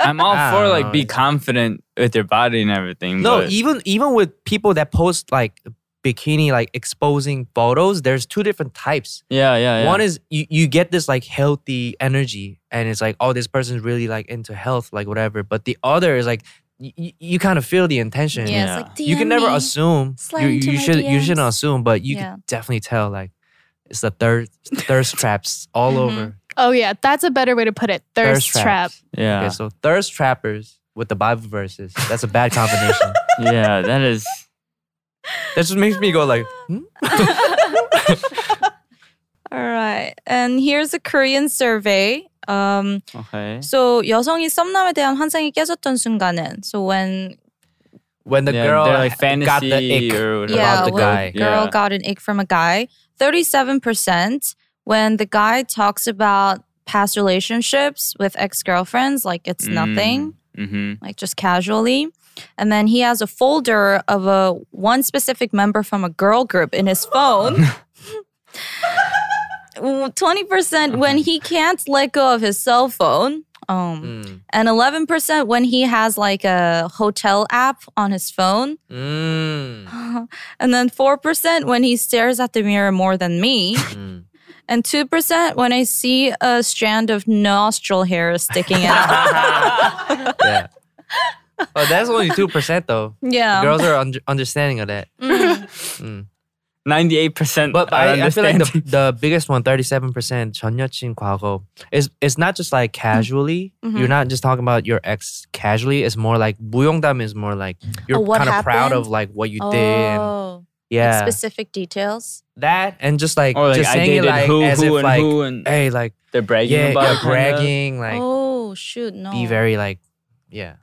Speaker 2: I'm all
Speaker 3: I
Speaker 2: for
Speaker 3: don't
Speaker 2: like
Speaker 3: know,
Speaker 2: be confident with your body and everything.
Speaker 3: No,
Speaker 2: but-
Speaker 3: even even with people that post like bikini like exposing photos, there's two different types.
Speaker 2: yeah, yeah, yeah.
Speaker 3: One is you, you get this like healthy energy, and it's like, oh, this person's really like into health, like whatever. But the other is like, y- y- you kind of feel the intention.
Speaker 1: Yeah, it's Yeah. like,
Speaker 3: you can never
Speaker 1: "DM me.
Speaker 3: assume.
Speaker 1: Slide
Speaker 3: You,
Speaker 1: into
Speaker 3: you
Speaker 1: my
Speaker 3: should you
Speaker 1: DMs."
Speaker 3: shouldn't assume, but you
Speaker 4: Yeah.
Speaker 3: can definitely tell like it's the thirst thirst traps all over.
Speaker 4: Oh yeah, that's a better way to put it. Thirst, trap.
Speaker 2: Yeah.
Speaker 3: Okay, so thirst trappers with the Bible verses. That's a bad combination.
Speaker 2: [laughs] yeah, that is.
Speaker 3: That just makes me go like, hmm?
Speaker 1: All right. And here's a Korean survey. Um,
Speaker 2: Okay.
Speaker 1: so 여성이 썸남에 대한 환상이 깨졌던 순간은 so when
Speaker 3: when the
Speaker 2: Yeah,
Speaker 3: girl
Speaker 2: they're like
Speaker 3: got the
Speaker 2: fantasy
Speaker 3: ick
Speaker 2: or whatever.
Speaker 1: yeah,
Speaker 3: about the
Speaker 1: when
Speaker 3: guy.
Speaker 1: a girl got an ick from a guy. 37% when the guy talks about past relationships with ex-girlfriends like it's
Speaker 3: Mm.
Speaker 1: nothing,
Speaker 2: Mm-hmm.
Speaker 1: like just casually. And then he has a folder of a one specific member from a girl group in his phone. 20% when he can't let go of his cell phone. home. And 11% when he has like a hotel app on his phone.
Speaker 3: Mm.
Speaker 1: and then 4% when he stares at the mirror more than me. And 2% when I see a strand of nostril hair sticking out.
Speaker 3: yeah. Oh, that's only two percent though.
Speaker 4: Um,
Speaker 1: Yeah.
Speaker 3: girls are un- understanding of
Speaker 4: [laughs]
Speaker 3: that.
Speaker 2: Ninety-eight percent.
Speaker 3: But I, I feel like the, the biggest one, thirty-seven percent, 전 여친 과거, is it's not just like casually.
Speaker 4: Mm-hmm.
Speaker 1: Mhm.
Speaker 3: You're not just talking about your ex casually. It's more like 부용담 is more like you're
Speaker 1: Oh, what
Speaker 3: kind of proud
Speaker 1: happened?
Speaker 3: of like what you
Speaker 1: oh,
Speaker 3: did.
Speaker 1: like
Speaker 3: and- Yeah,
Speaker 1: specific details.
Speaker 2: [laughs]
Speaker 3: that and just like,
Speaker 2: Or Oh, like,
Speaker 3: just
Speaker 2: I
Speaker 3: saying it
Speaker 2: dated
Speaker 3: like
Speaker 2: who,
Speaker 3: as
Speaker 2: who, and
Speaker 3: if like
Speaker 2: who, and-
Speaker 3: hey like
Speaker 2: They're bragging
Speaker 3: yeah
Speaker 2: about
Speaker 3: you're
Speaker 2: it, kinda.
Speaker 3: bragging like
Speaker 1: oh shoot, no.
Speaker 3: be very like yeah.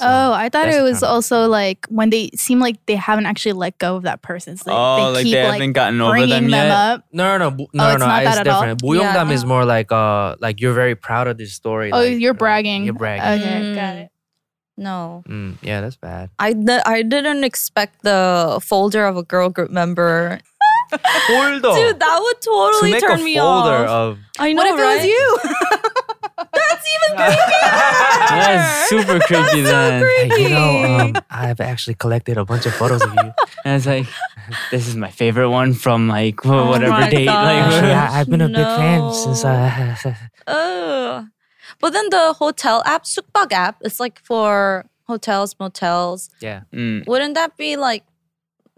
Speaker 4: oh, I thought
Speaker 3: that's
Speaker 4: it
Speaker 3: the
Speaker 4: was
Speaker 3: kind of-
Speaker 4: also like when they seem like they haven't actually let go of that person. So
Speaker 2: Oh,
Speaker 4: they
Speaker 2: like
Speaker 4: keep
Speaker 2: they
Speaker 4: like
Speaker 2: haven't gotten over
Speaker 4: bringing
Speaker 2: them yet.
Speaker 4: up.
Speaker 3: No, no, no, bu- no,
Speaker 4: Oh,
Speaker 3: no,
Speaker 4: it's
Speaker 3: no.
Speaker 4: not
Speaker 3: It's
Speaker 4: that at all?
Speaker 3: different. Buyongdam
Speaker 1: Yeah.
Speaker 3: is more like uh, like you're very proud of this story.
Speaker 4: Oh,
Speaker 3: like, uh,
Speaker 4: you're bragging.
Speaker 3: You're bragging.
Speaker 4: Okay,
Speaker 1: Mm.
Speaker 4: got it.
Speaker 1: no.
Speaker 3: Mm, yeah, that's bad.
Speaker 1: I, di- I didn't expect the folder of a girl group member.
Speaker 3: Folder.
Speaker 1: Dude, that would
Speaker 3: Oh. to
Speaker 1: totally
Speaker 3: make
Speaker 1: turn
Speaker 3: a
Speaker 1: me
Speaker 3: folder
Speaker 1: off.
Speaker 3: of
Speaker 1: I know,
Speaker 4: What if it
Speaker 1: right?
Speaker 4: was
Speaker 1: [laughs]
Speaker 4: you?
Speaker 3: [laughs]
Speaker 2: That's
Speaker 1: [laughs]
Speaker 2: super creepy then.
Speaker 3: Hey, you know, um,
Speaker 1: Creepy.
Speaker 3: I've actually collected a bunch of photos of you.
Speaker 2: And it's [laughs] like, this is my favorite one from like wh- whatever
Speaker 1: Oh my
Speaker 2: date.
Speaker 3: Actually,
Speaker 2: Like,
Speaker 1: gosh.
Speaker 2: [laughs]
Speaker 3: I, have been a big fan since. [laughs]
Speaker 1: No.
Speaker 3: Uh,
Speaker 1: Ugh. But then the hotel app, Sukbag app, it's like for hotels, motels.
Speaker 3: yeah,
Speaker 2: Mm.
Speaker 1: Wouldn't that be like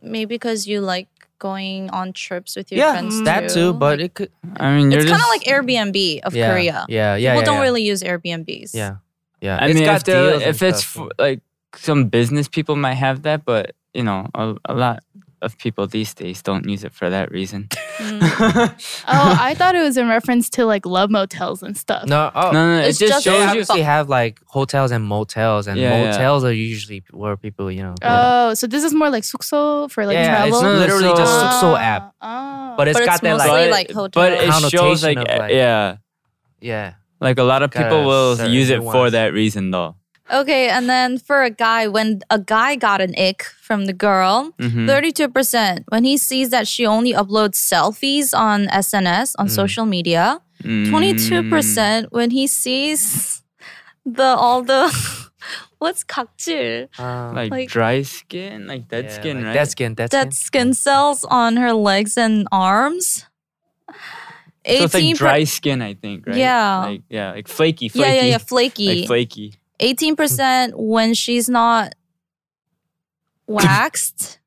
Speaker 1: maybe because you like going on trips with your
Speaker 3: yeah,
Speaker 1: friends?
Speaker 3: that too. But it could.
Speaker 2: I mean, you're
Speaker 1: it's kind
Speaker 2: just
Speaker 1: of like Airbnb of
Speaker 3: yeah,
Speaker 1: Korea.
Speaker 3: Yeah, yeah,
Speaker 1: People
Speaker 3: yeah,
Speaker 1: don't
Speaker 3: yeah.
Speaker 1: really use Airbnbs.
Speaker 3: Yeah, yeah.
Speaker 2: I
Speaker 3: It's
Speaker 2: mean,
Speaker 3: got
Speaker 2: if, they're-
Speaker 3: deals and
Speaker 2: if it's
Speaker 3: stuff.
Speaker 2: for, like some business people might have that, but you know, a, a lot of people these days don't use it for that reason. [laughs]
Speaker 4: Oh, I thought it was in reference to like love motels and stuff.
Speaker 3: no,
Speaker 2: No,
Speaker 3: oh,
Speaker 2: no, no,
Speaker 1: It's
Speaker 2: it
Speaker 1: just
Speaker 2: just
Speaker 3: They
Speaker 2: shows you.
Speaker 3: obviously have like hotels and motels, and
Speaker 2: Yeah, yeah.
Speaker 3: motels are usually where people, you know.
Speaker 4: Oh, so this is more like sukso for like
Speaker 3: yeah,
Speaker 4: travel.
Speaker 3: it's literally
Speaker 2: So-
Speaker 3: just
Speaker 4: Ah,
Speaker 3: Sukso app,
Speaker 4: ah.
Speaker 3: but it's
Speaker 1: But
Speaker 3: got
Speaker 1: it's
Speaker 3: that
Speaker 1: mostly
Speaker 3: like
Speaker 2: but,
Speaker 1: like hotel.
Speaker 2: but it shows like,
Speaker 3: Connotation of,
Speaker 2: uh,
Speaker 3: like-
Speaker 2: yeah,
Speaker 3: yeah.
Speaker 2: like a lot of
Speaker 3: Got
Speaker 2: people
Speaker 3: a
Speaker 2: will
Speaker 3: certain
Speaker 2: use it for
Speaker 3: nuance.
Speaker 2: that reason though.
Speaker 1: Okay, and then for a guy, when a guy got an ick from the girl,
Speaker 3: Mm-hmm.
Speaker 2: Mhm.
Speaker 1: 32% when he sees that she only uploads selfies on SNS, on social media.
Speaker 2: Mm-hmm. Mm.
Speaker 1: 22% when he sees the all the [laughs] what's cocktail
Speaker 3: Um,
Speaker 2: like,
Speaker 1: Like-
Speaker 2: dry skin, like dead
Speaker 3: yeah,
Speaker 2: skin,
Speaker 3: like
Speaker 2: right?
Speaker 3: Dead skin, dead skin.
Speaker 1: dead skin cells on her legs and arms. 18
Speaker 2: So it's like dry skin, I think, right?
Speaker 1: Yeah.
Speaker 2: Like yeah, like flaky,
Speaker 1: per- yeah,
Speaker 2: flaky.
Speaker 1: yeah, yeah, flaky.
Speaker 2: Like flaky.
Speaker 1: 18% when she's not waxed.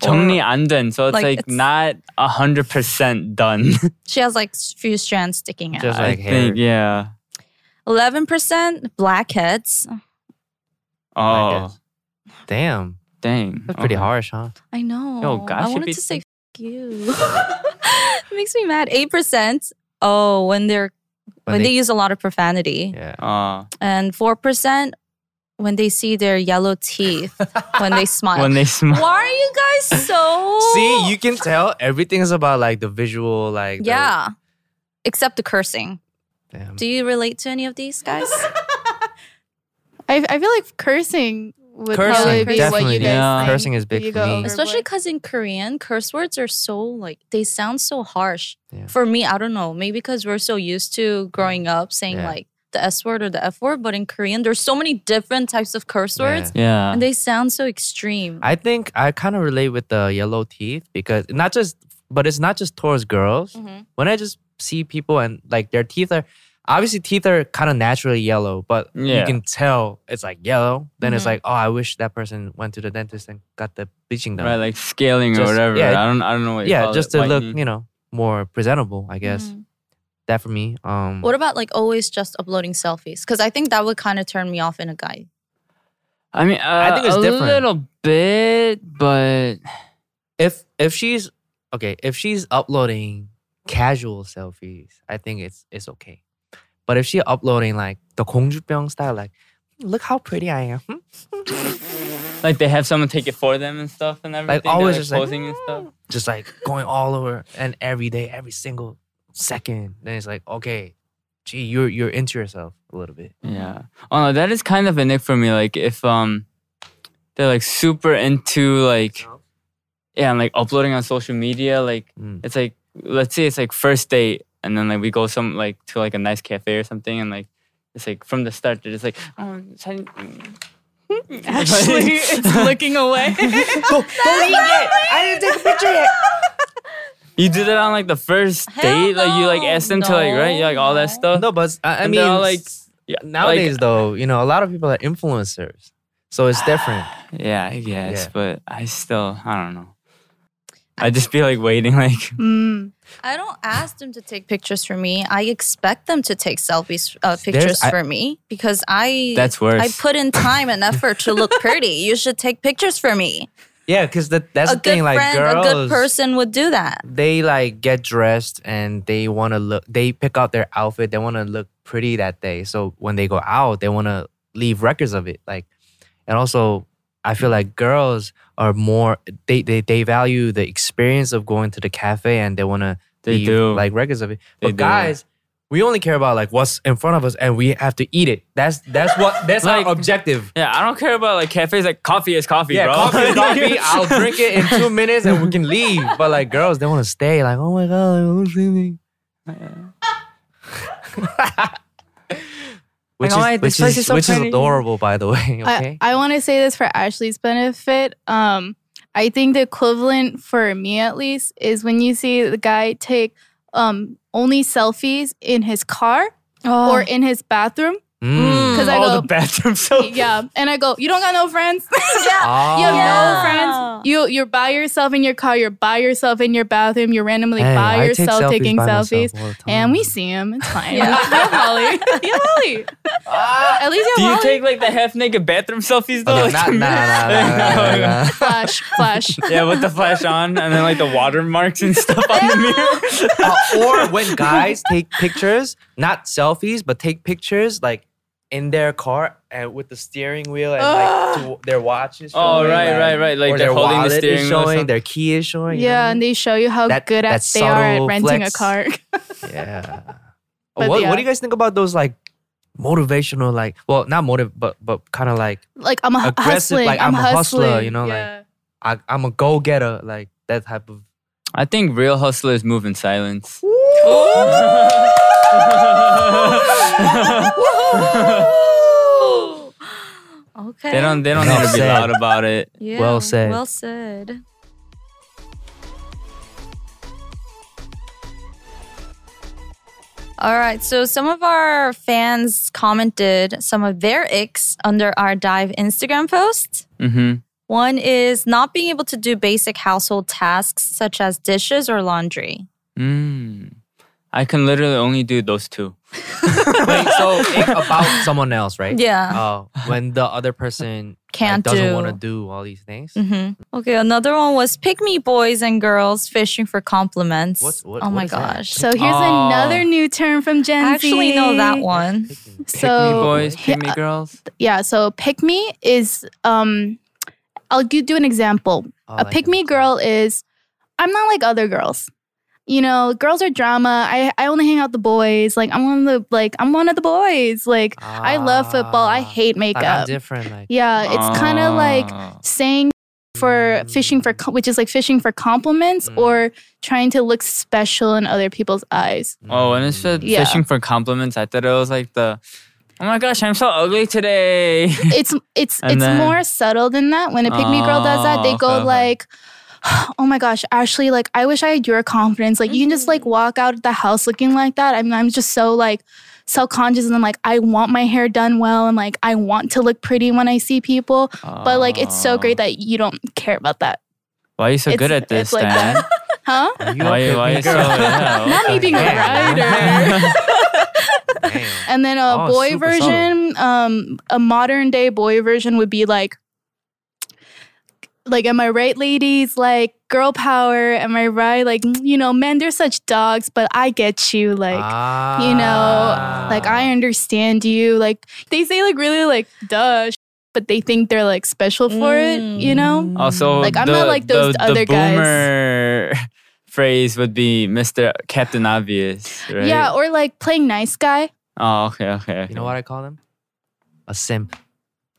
Speaker 2: 정리 안된. So it's
Speaker 1: like,
Speaker 2: like,
Speaker 1: it's-
Speaker 2: not a hundred percent done. [laughs]
Speaker 1: She has like s- few strands sticking out.
Speaker 3: Just
Speaker 2: I
Speaker 3: like hair.
Speaker 2: think yeah.
Speaker 1: 11% blackheads.
Speaker 2: Oh
Speaker 3: Damn,
Speaker 2: dang, Oh.
Speaker 3: that's pretty
Speaker 2: Okay.
Speaker 3: harsh, huh?
Speaker 1: I know.
Speaker 2: Yo, gosh,
Speaker 1: I
Speaker 2: you
Speaker 1: wanted
Speaker 2: beat
Speaker 1: to say "F you. it [laughs] makes me mad. Eight percent. Oh, when they're when, they, use a lot of profanity,
Speaker 3: yeah.
Speaker 2: Uh,
Speaker 1: and four percent when they see their yellow teeth when they smile.
Speaker 3: [laughs]
Speaker 2: when they smile.
Speaker 1: Why are you guys so?
Speaker 3: See, you can tell everything is about like the visual, like the-
Speaker 1: yeah. Except the cursing.
Speaker 3: damn.
Speaker 1: Do you relate to any of these guys?
Speaker 4: I, I feel like cursing would
Speaker 3: Cursing,
Speaker 4: probably be what
Speaker 3: definitely.
Speaker 4: you guys
Speaker 2: Yeah.
Speaker 4: think.
Speaker 3: Cursing is big
Speaker 4: You
Speaker 3: for
Speaker 4: go
Speaker 3: me.
Speaker 4: overboard.
Speaker 1: Especially because in Korean, curse words are so like they sound so harsh.
Speaker 3: Yeah.
Speaker 1: For me, I don't know. Maybe because we're so used to growing up saying
Speaker 3: Yeah.
Speaker 1: like the S word or the F word, but in Korean, there's so many different types of curse words,
Speaker 2: Yeah.
Speaker 1: and they sound so extreme.
Speaker 3: I think I kind of relate with the yellow teeth because not just, but it's not just towards girls.
Speaker 1: Mhm.
Speaker 3: When I just see people and like their teeth are, obviously teeth are kind of naturally yellow, but
Speaker 2: Yeah.
Speaker 3: you can tell it's like yellow. Then it's
Speaker 1: Mhm.
Speaker 3: like, oh, I wish that person went to the dentist and got the bleaching done.
Speaker 2: Right, like scaling
Speaker 3: Just-
Speaker 2: or whatever.
Speaker 3: yeah,
Speaker 2: I don't I don't know what you call
Speaker 3: yeah, just
Speaker 2: it,
Speaker 3: to look,
Speaker 2: whitening.
Speaker 3: you know, more presentable. I guess
Speaker 1: Mhm.
Speaker 3: that for me. Um,
Speaker 1: What about like always just uploading selfies? Because I think that would kind of turn me off in a guy.
Speaker 2: I mean, uh, I
Speaker 3: think it's
Speaker 2: a
Speaker 3: different.
Speaker 2: little bit, but
Speaker 3: if if she's okay, if she's uploading casual selfies, I think it's it's okay. But if she uploading like the Gongjubyung style, like look how pretty I am, hmm?"
Speaker 2: like they have someone take it for them and stuff and everything.
Speaker 3: like
Speaker 2: They're,
Speaker 3: always just
Speaker 2: posing
Speaker 3: like
Speaker 2: and stuff.
Speaker 3: just like going all over and every day, every single second. Then it's like okay, gee, you're you're into yourself a little bit.
Speaker 2: Yeah. Oh no, that is kind of a nick for me. Like if um they're like super into like yeah, and like uploading on social media, like
Speaker 3: Mm.
Speaker 2: it's like let's say it's like first date and then like we go some like to like a nice cafe or something, and like it's like from the start they're just like um, sign-
Speaker 3: [laughs]
Speaker 10: Ashley is
Speaker 2: [laughs]
Speaker 10: looking away.
Speaker 3: I didn't take a picture [laughs] yet.
Speaker 2: you do that on like the first date, like you like ask them to like right, you like all that stuff.
Speaker 3: No, but I, I
Speaker 2: And
Speaker 3: mean,
Speaker 2: they're all, like
Speaker 3: s-
Speaker 2: yeah, like-
Speaker 3: nowadays though, you know, a lot of people are influencers, so it's
Speaker 1: [sighs]
Speaker 3: different.
Speaker 2: Yeah, I guess,
Speaker 3: Yeah.
Speaker 2: but I still I don't know. I just be like waiting,
Speaker 4: [laughs]
Speaker 2: like
Speaker 4: Mm.
Speaker 1: I don't ask them to take pictures for me. I expect them to take selfies, uh, pictures
Speaker 2: I-
Speaker 1: for me because I
Speaker 3: That's worse.
Speaker 1: I put in time and effort to
Speaker 3: [laughs]
Speaker 1: look pretty. You should take pictures for me.
Speaker 3: Yeah, because that, that's
Speaker 1: a
Speaker 3: the
Speaker 1: good
Speaker 3: thing. Like
Speaker 1: friend,
Speaker 3: girls,
Speaker 1: a good person would do that.
Speaker 3: they like get dressed and they want to look. They pick out their outfit. They want to look pretty that day. So when they go out, they want to leave records of it. Like, and also, I feel like girls are more. They they, they value the experience of going to the cafe and they want to.
Speaker 2: They
Speaker 3: leave,
Speaker 2: do.
Speaker 3: like records of it.
Speaker 2: They
Speaker 3: But
Speaker 2: do.
Speaker 3: guys, we only care about like what's in front of us and we have to eat it. That's that's what that's our objective.
Speaker 2: Yeah, I don't care about like cafes. Like coffee is coffee,
Speaker 3: Yeah,
Speaker 2: bro. [laughs]
Speaker 3: coffee, is coffee. I'll
Speaker 4: [laughs]
Speaker 3: drink it in two minutes and we can leave. But like girls, they want to stay. Like, oh my god, I want to see
Speaker 4: [laughs]
Speaker 3: me. which
Speaker 10: oh my,
Speaker 3: is
Speaker 10: this
Speaker 3: which
Speaker 10: place
Speaker 3: is,
Speaker 10: is so
Speaker 3: which is
Speaker 10: pretty.
Speaker 3: adorable, by the way. Okay,
Speaker 4: [laughs] I, I want to say this for Ashley's benefit. Um, I think the equivalent for me at least is when you see the guy take um, only selfies in his car
Speaker 1: Oh,
Speaker 4: or in his bathroom.
Speaker 3: Mm.
Speaker 4: Because I
Speaker 2: all
Speaker 3: Oh,
Speaker 4: go,
Speaker 2: the bathroom soap.
Speaker 4: [laughs] yeah, and I go, you don't got no friends. [laughs] yeah,
Speaker 2: Oh.
Speaker 3: Ah,
Speaker 4: you have
Speaker 2: Yeah.
Speaker 4: no friends. You you're by yourself in your car. You're by yourself in your bathroom. You're randomly
Speaker 3: Hey,
Speaker 4: by
Speaker 3: I take
Speaker 4: yourself
Speaker 3: selfies
Speaker 4: taking
Speaker 3: by myself
Speaker 4: selfies,
Speaker 3: all the
Speaker 4: and we see him. It's fine.
Speaker 1: [laughs]
Speaker 10: Yeah.
Speaker 4: yeah, Holly. Yeah, Holly. At least
Speaker 2: Do
Speaker 4: you have
Speaker 2: you
Speaker 4: Holly.
Speaker 2: take like the half naked bathroom selfies though?
Speaker 4: [laughs]
Speaker 3: Okay,
Speaker 2: Like-
Speaker 3: nah, nah, nah, nah, nah, nah, nah, nah.
Speaker 4: flash,
Speaker 3: [laughs]
Speaker 4: flash.
Speaker 2: [laughs] yeah, with the flash on and then like the watermarks and stuff on the
Speaker 4: [laughs]
Speaker 2: mirror. [laughs]
Speaker 3: Uh, or when guys take pictures, not selfies, but take pictures like in their car and with the steering wheel and like to, their watches.
Speaker 2: Oh, right, right, right. Like
Speaker 3: or
Speaker 2: they're
Speaker 3: their
Speaker 2: holding the
Speaker 3: wallet is
Speaker 2: steering wheel or
Speaker 3: showing,
Speaker 2: something.
Speaker 3: their key is showing. you know?
Speaker 4: Yeah, and they show you how
Speaker 3: Oh, That-
Speaker 4: good at
Speaker 3: that
Speaker 4: they are at
Speaker 3: subtle
Speaker 4: renting a
Speaker 3: flex.
Speaker 4: car. [laughs]
Speaker 3: Yeah.
Speaker 4: But
Speaker 3: what,
Speaker 4: yeah.
Speaker 3: what do you guys think about those like motivational, like well, not motive, but but kind of like
Speaker 4: like I'm a hu-
Speaker 3: aggressive,
Speaker 4: hustling.
Speaker 3: like I'm,
Speaker 4: I'm,
Speaker 3: a hustler,
Speaker 4: hustling.
Speaker 3: you know,
Speaker 4: Yeah.
Speaker 3: like I, I'm a go getter, like that type of.
Speaker 2: I think real hustlers move in silence.
Speaker 1: Okay.
Speaker 2: They don't. They don't
Speaker 3: Well
Speaker 2: need to be
Speaker 3: said.
Speaker 2: loud about it.
Speaker 1: Yeah, Well said. All right, so some of our fans commented some of their icks under our dive Instagram post.
Speaker 2: Mm-hmm.
Speaker 1: One is not being able to do basic household tasks such as dishes or laundry.
Speaker 2: Mm. I can literally only do those two. [laughs]
Speaker 3: Wait, so think about
Speaker 4: [laughs]
Speaker 3: someone else, right?
Speaker 1: Yeah.
Speaker 3: Oh, when the other person like,
Speaker 1: Can't
Speaker 3: doesn't
Speaker 1: do.
Speaker 3: want to do all these things.
Speaker 4: Mm-hmm.
Speaker 1: hmm Okay, another one was pick me boys and girls fishing for compliments.
Speaker 3: What's- what-
Speaker 1: oh
Speaker 3: what
Speaker 1: my
Speaker 3: is that?
Speaker 1: gosh.
Speaker 4: So here's
Speaker 2: Oh.
Speaker 4: another new term from Gen
Speaker 1: I
Speaker 4: Z.
Speaker 1: actually know that one.
Speaker 2: Pick
Speaker 4: So-
Speaker 2: me boys, pick me girls.
Speaker 4: Yeah. So pick me is um, I'll gi- do an example.
Speaker 3: Oh,
Speaker 4: a
Speaker 3: like
Speaker 4: pick me girl is I'm not like other girls. You know, girls are drama. I I only hang out with the boys. Like I'm one of the like I'm one of the boys. Like I love football. I hate
Speaker 3: Like, Ah, I'm
Speaker 4: makeup.
Speaker 3: different. Like,
Speaker 4: Yeah, it's kind of like
Speaker 2: Ah.
Speaker 4: saying for fishing for co- which is like fishing for compliments
Speaker 2: Mm.
Speaker 4: or trying to look special in other people's
Speaker 2: [laughs]
Speaker 4: eyes.
Speaker 3: mm.
Speaker 2: Oh, and it said
Speaker 4: Yeah.
Speaker 2: fishing for compliments. I thought it was like the, oh my gosh, I'm so ugly today.
Speaker 4: It's it's
Speaker 2: And
Speaker 4: it's
Speaker 2: then-
Speaker 4: more subtle than that. When a pick me girl does that,
Speaker 2: Oh,
Speaker 4: they
Speaker 2: okay,
Speaker 4: go
Speaker 2: okay.
Speaker 4: like [sighs] Oh my gosh, Ashley, like I wish I had your confidence. Like you can just like
Speaker 2: Mm.
Speaker 4: walk out of the house looking like that. I'm I'm just so like self-conscious and I'm like I want my hair done well and like I want to look pretty when I see people. But like it's so
Speaker 2: Ah.
Speaker 4: great that you don't care about that.
Speaker 2: Why are you so good at this,
Speaker 4: it's like
Speaker 2: Dan? [laughs]
Speaker 4: [laughs] that. Huh?
Speaker 3: You
Speaker 2: Why,
Speaker 3: a
Speaker 2: you- why
Speaker 3: pick
Speaker 2: you
Speaker 3: me
Speaker 2: so?
Speaker 3: girl. [laughs]
Speaker 2: Yeah,
Speaker 4: Not me
Speaker 2: okay.
Speaker 4: being a writer.
Speaker 2: [laughs]
Speaker 4: [laughs]
Speaker 3: Damn.
Speaker 4: And then a
Speaker 3: Oh,
Speaker 4: boy
Speaker 3: super subtle.
Speaker 4: version, um, a modern day boy version would be like, like, am I right, ladies? Like, girl power. Am I right? Like, you know, men, they're such dogs, but I get you. Like, you know, like
Speaker 3: Ah.
Speaker 4: I understand you. Like, they say like really like duh, sh- but they think they're like special for it. You know?
Speaker 3: Mm.
Speaker 2: Also,
Speaker 4: Like,
Speaker 2: the,
Speaker 4: I'm not like those
Speaker 2: the,
Speaker 4: other
Speaker 2: the
Speaker 4: guys.
Speaker 2: boomer [laughs] phrase would be Mr. Captain Obvious, right?
Speaker 4: Yeah. Or like playing nice guy.
Speaker 2: Oh, okay, okay.
Speaker 3: You know what I call them? A simp.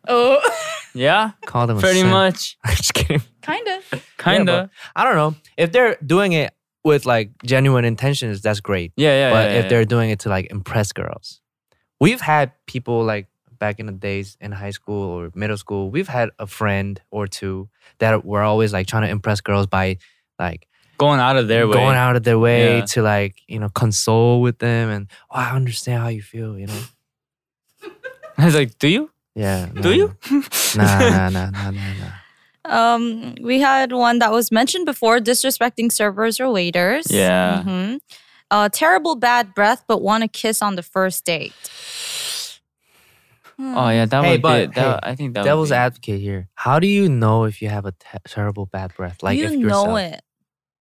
Speaker 4: Oh,
Speaker 2: Yeah,
Speaker 3: Call them a [laughs]
Speaker 2: pretty
Speaker 3: simp.
Speaker 2: much,
Speaker 3: I'm just kidding.
Speaker 4: kind of.
Speaker 3: Yeah,
Speaker 2: kind
Speaker 3: but
Speaker 2: of.
Speaker 3: I don't know if they're doing it with like genuine intentions, that's great.
Speaker 2: Yeah, yeah,
Speaker 3: But
Speaker 2: yeah,
Speaker 3: if
Speaker 2: yeah,
Speaker 3: they're
Speaker 2: yeah.
Speaker 3: doing it to like impress girls, we've had people like back in the days in high school or middle school, we've had a friend or two that were always like trying to impress girls by like
Speaker 2: going out of their way.
Speaker 3: going out of their way
Speaker 2: Yeah.
Speaker 3: to like you know console with them and oh, I understand how you feel, you know.
Speaker 2: I was like, do you?
Speaker 3: Yeah. no,
Speaker 2: Do you?
Speaker 3: No, no, no, no, no, no.
Speaker 1: Um, we had one that was mentioned before: disrespecting servers or waiters.
Speaker 2: Yeah.
Speaker 1: hmm Uh, terrible bad breath, but want to kiss on the first date.
Speaker 2: Oh yeah, that
Speaker 3: Hey,
Speaker 2: would
Speaker 3: but
Speaker 2: be. it. That,
Speaker 3: hey,
Speaker 2: I think that would
Speaker 3: devil's
Speaker 2: be. it.
Speaker 3: advocate here. How do you know if you have a te- terrible bad breath? Like
Speaker 1: you
Speaker 3: if
Speaker 1: know
Speaker 3: yourself,
Speaker 1: it.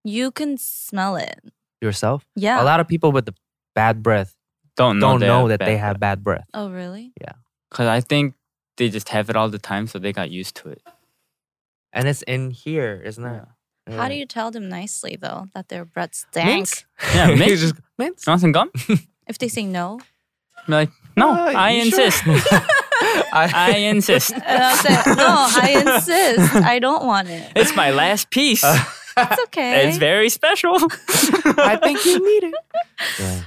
Speaker 1: You can smell it.
Speaker 3: yourself.
Speaker 1: Yeah.
Speaker 3: A lot of people with the bad breath
Speaker 2: don't know
Speaker 3: don't
Speaker 2: they
Speaker 3: know
Speaker 2: have
Speaker 3: that they
Speaker 2: bad
Speaker 3: have bad breath.
Speaker 1: Oh, really?
Speaker 2: Because I think they just have it all the time, so they got used to
Speaker 3: [laughs]
Speaker 2: it.
Speaker 3: And it's in here, isn't it?
Speaker 1: How do you tell them nicely though that their breath
Speaker 3: Mints?
Speaker 1: stinks?
Speaker 2: Yeah,
Speaker 3: You
Speaker 2: mint.
Speaker 3: just-
Speaker 2: You want some gum?
Speaker 1: If they say no,
Speaker 2: I'm like, no,
Speaker 3: Uh,
Speaker 2: I
Speaker 3: you sure? [laughs]
Speaker 2: insist. [laughs] I insist.
Speaker 1: and I'll say no. I insist. I don't want it.
Speaker 2: It's my last piece.
Speaker 3: Uh,
Speaker 1: It's okay.
Speaker 2: It's very
Speaker 3: [laughs]
Speaker 2: special.
Speaker 3: I think you need it. Yeah.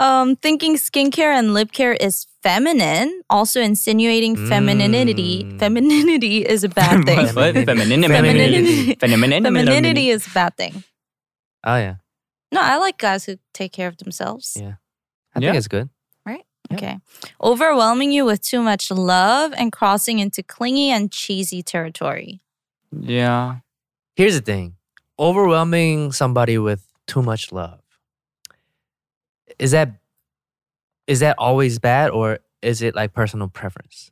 Speaker 1: um, thinking skincare and lip care is feminine, also insinuating femininity. Femininity is a bad thing.
Speaker 2: Mm. [laughs] What? What? Femininity.
Speaker 1: Femininity.
Speaker 2: Femininity. Femininity.
Speaker 1: Femininity is a bad thing.
Speaker 3: Oh yeah,
Speaker 1: No, I like guys who take care of themselves.
Speaker 3: yeah. I
Speaker 2: Yeah.
Speaker 3: think it's good.
Speaker 1: Okay. Overwhelming you with too much love and crossing into clingy and cheesy territory.
Speaker 2: Yeah.
Speaker 3: Here's the thing: overwhelming somebody with too much love. Is that is that always bad, or is it like personal preference?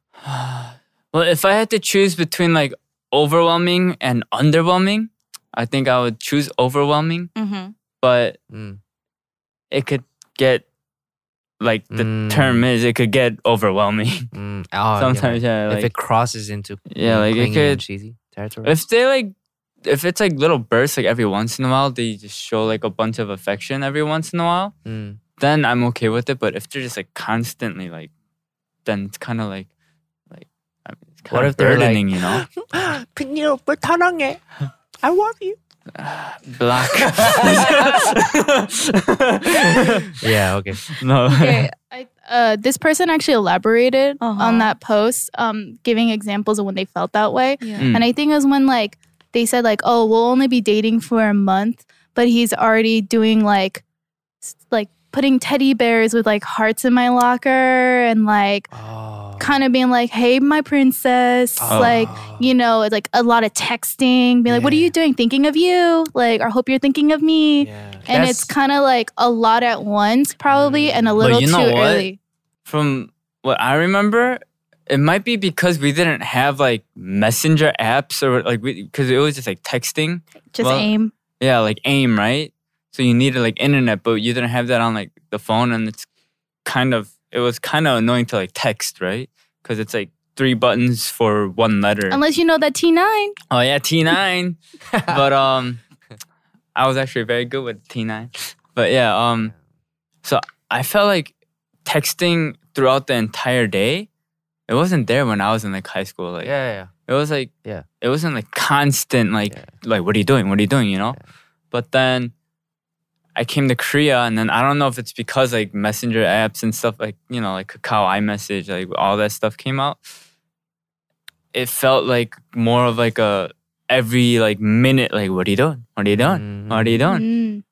Speaker 2: Well, if I had to choose between like overwhelming and underwhelming, I think I would choose overwhelming, [laughs]
Speaker 1: hmm
Speaker 2: but
Speaker 3: Mm.
Speaker 2: it could get like the
Speaker 3: Mm.
Speaker 2: term is it could get overwhelming. [laughs]
Speaker 3: Mm, oh, yeah,
Speaker 2: Sometimes
Speaker 3: right.
Speaker 2: yeah, like
Speaker 3: if it crosses into
Speaker 2: Yeah, like, it
Speaker 3: clingy and
Speaker 2: could-
Speaker 3: cheesy territory.
Speaker 2: If they like, if it's like little bursts, like every once in a while, they just show like a bunch of affection every once in a while,
Speaker 3: Mm.
Speaker 2: then I'm okay with it. But if they're just like constantly like, then it's kind of like, like, I mean, it's kind
Speaker 3: What
Speaker 2: of
Speaker 3: if they're like-
Speaker 2: burdening, you
Speaker 3: [laughs]
Speaker 2: know?
Speaker 3: "비닐 불타랑해. I love you.
Speaker 2: Black.
Speaker 3: Yeah,
Speaker 2: [laughs]
Speaker 3: okay.
Speaker 2: [laughs] no.
Speaker 3: [laughs]
Speaker 4: okay. [laughs] I, uh, this person actually elaborated
Speaker 1: Uh-huh.
Speaker 4: on that post, um, giving examples of when they felt that way.
Speaker 1: Yeah.
Speaker 2: Mm.
Speaker 4: And I think it was when like they said like, "Oh, we'll only be dating for a month," but he's already doing like, s- like putting teddy bears with like hearts in my locker and like
Speaker 3: Oh.
Speaker 4: kind of being like, "Hey, my princess," like
Speaker 3: Oh.
Speaker 4: you know, like a lot of texting, being like, "What are
Speaker 3: Yeah.
Speaker 4: you doing? Thinking of you?" Like, "I hope you're thinking of me."
Speaker 3: Yeah.
Speaker 4: And
Speaker 3: That's-
Speaker 4: it's kind of like a lot at once, probably, and a
Speaker 2: Mm. But
Speaker 4: little
Speaker 2: you know
Speaker 4: too
Speaker 2: what?
Speaker 4: early.
Speaker 2: From what I remember, it might be because we didn't have like messenger apps or like we because it was just like texting.
Speaker 4: Just
Speaker 2: Well,
Speaker 4: aim.
Speaker 2: Yeah, like AIM, right? So you needed like internet, but you didn't have that on like the phone, and it's kind of it was kind of annoying to like text, right? Because it's like three buttons for one letter.
Speaker 4: Unless you know that T9.
Speaker 2: oh yeah, T nine. but um, I was actually very good with T nine. But yeah, um, so I felt like texting throughout the entire day. It wasn't there when I was in like high school. Like
Speaker 3: yeah, yeah.
Speaker 2: it was like
Speaker 3: Yeah.
Speaker 2: it wasn't like constant like
Speaker 3: Yeah.
Speaker 2: like what are you doing? What are you doing? You know. But then I came to Korea, and then I don't know if it's because like messenger apps and stuff like you know like Kakao iMessage, like all that stuff came out. It felt like more of like a every like minute like what are you doing? What are you doing? What are you doing?
Speaker 4: Mm.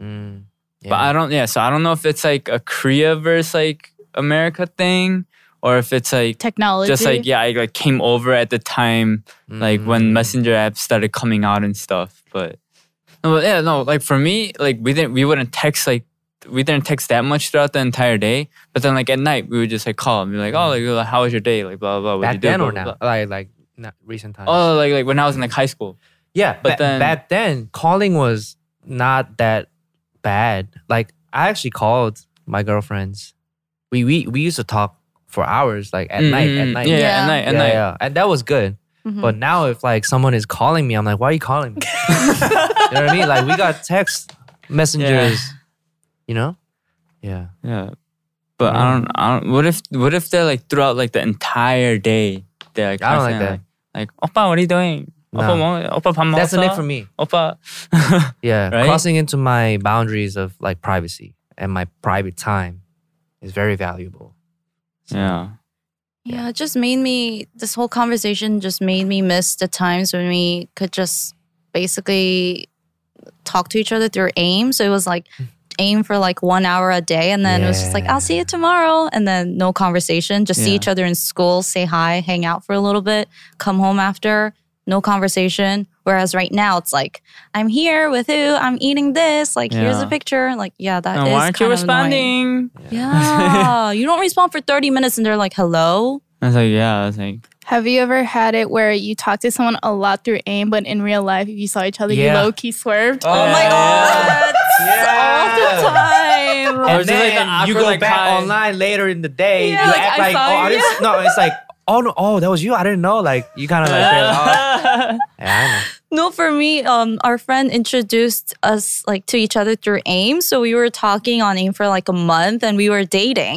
Speaker 3: yeah. Mm,
Speaker 2: But
Speaker 3: yeah.
Speaker 2: I don't yeah. So I don't know if it's like a Korea versus like America thing, or if it's like
Speaker 4: Technology.
Speaker 2: just like yeah, I like came over at the time like when
Speaker 3: Mm.
Speaker 2: messenger apps started coming out and stuff but no but yeah no like for me like we didn't we wouldn't text like we didn't text that much throughout the entire day but then like at night we would just like call and be like oh like how was your day like blah blah, blah what
Speaker 3: back
Speaker 2: you do
Speaker 3: then
Speaker 2: blah,
Speaker 3: or
Speaker 2: blah,
Speaker 3: now,
Speaker 2: blah.
Speaker 3: like like not recent times.
Speaker 2: oh like like when i was in like high school
Speaker 3: yeah,
Speaker 2: but
Speaker 3: but
Speaker 2: then-
Speaker 3: then back then calling was not that bad. Like I actually called my girlfriends. We we we used to talk for hours, like at night, at
Speaker 2: Mm,
Speaker 3: night,
Speaker 2: yeah,
Speaker 3: yeah,
Speaker 2: at
Speaker 1: Yeah.
Speaker 2: night at
Speaker 3: yeah,
Speaker 2: night
Speaker 3: yeah. and that was good.
Speaker 2: Mm-hmm.
Speaker 3: But now if like someone is calling me, I'm like, why are you calling
Speaker 2: [laughs]
Speaker 3: me? you know what I mean? Like we got text messengers, you know? Yeah.
Speaker 2: yeah but i don't i don't what if what if they're like throughout like the entire day they're like
Speaker 3: I don't like
Speaker 2: constantly, like, like oppa what are you doing 오빠 뭐 오빠 밥 먹었어?
Speaker 3: That's a nick for me.
Speaker 2: 오빠
Speaker 3: Yeah,
Speaker 2: Right?
Speaker 3: crossing into my boundaries of like privacy and my private time is very valuable.
Speaker 2: [laughs] Yeah.
Speaker 1: Yeah, it just made me, this whole conversation just made me miss the times when we could just basically talk to each other through AIM. So it was like
Speaker 2: Hmm.
Speaker 1: AIM for like one hour a day. And then it was just like, I'll see you tomorrow. And then no conversation, just see
Speaker 2: Yeah.
Speaker 1: each other in school, say hi, hang out for a little bit, come home after, no conversation. Whereas right now it's like, I'm here with who, I'm eating this, like here's a
Speaker 2: Yeah.
Speaker 1: picture. Like, yeah, that is
Speaker 2: And why aren't you
Speaker 1: kind of annoying.
Speaker 2: responding?
Speaker 1: Yeah. [laughs] you don't respond for 30 minutes and they're like, hello.
Speaker 2: I was like, yeah, I was like,
Speaker 4: Have you ever had it where you talk to someone a lot through AIM, but in real life, if you saw each other,
Speaker 2: Yeah.
Speaker 4: you low key swerved?
Speaker 3: Oh
Speaker 4: my
Speaker 3: god!
Speaker 10: [laughs]
Speaker 4: All the time.
Speaker 2: [laughs] Or
Speaker 3: And
Speaker 2: is it like
Speaker 3: then
Speaker 2: the
Speaker 3: you
Speaker 2: awkward,
Speaker 3: go
Speaker 2: like,
Speaker 3: back
Speaker 2: hi?
Speaker 3: online later in the day.
Speaker 2: Yeah,
Speaker 3: you
Speaker 2: like,
Speaker 3: act
Speaker 2: I
Speaker 3: like,
Speaker 2: saw
Speaker 3: oh, I
Speaker 2: you."
Speaker 3: didn't, no, it's like, oh no, oh, that was you. I didn't know. Like you kind of like,
Speaker 2: [laughs]
Speaker 3: oh, yeah,
Speaker 1: No, for me, um, our friend introduced us like to each other through AIM. So we were talking on AIM for like a month, and we were dating.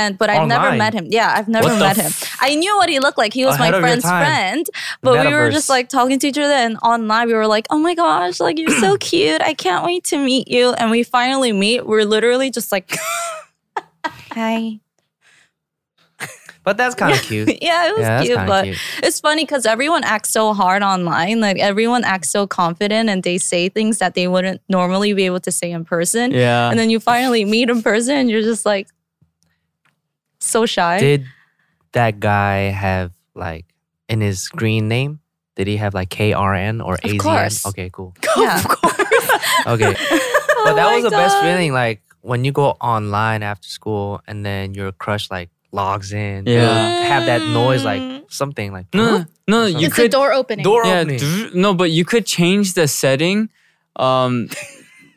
Speaker 1: And but I've never
Speaker 10: Online?
Speaker 1: met him. Yeah, I've never
Speaker 10: What the
Speaker 1: met him. I knew what he looked like. He was
Speaker 10: Ahead
Speaker 1: my
Speaker 10: of your
Speaker 1: friend's
Speaker 10: time.
Speaker 1: friend. But we were just
Speaker 10: Metaverse.
Speaker 1: like talking to each other, and online we were like, "Oh my gosh, like you're
Speaker 10: [clears throat]
Speaker 1: so cute! I can't wait to meet you." And we finally meet. We're literally just like, "Hi."
Speaker 3: know. But that's kind of cute.
Speaker 1: [laughs] yeah, it was
Speaker 3: that's
Speaker 1: cute,
Speaker 3: kinda
Speaker 1: but it's funny because everyone acts so hard online. Like everyone acts so confident, and they say things that they wouldn't normally be able to say in person.
Speaker 3: Yeah.
Speaker 1: and then you finally meet in person, and you're just like so shy.
Speaker 3: Did that guy have like in his screen name? Did he have like KRN or AZN?
Speaker 1: course.
Speaker 3: Okay, cool.
Speaker 1: [laughs] yeah. [laughs] Oh
Speaker 3: Okay. but that
Speaker 1: my
Speaker 3: was the best
Speaker 1: God.
Speaker 3: feeling. Like when you go online after school and then your crush like logs in.
Speaker 2: Yeah.
Speaker 3: it'll Have that noise
Speaker 1: Mm.
Speaker 3: like something like
Speaker 2: no, no, you
Speaker 4: it's
Speaker 2: could
Speaker 4: a door opening.
Speaker 2: yeah, dr- no, but you could change the setting. Um,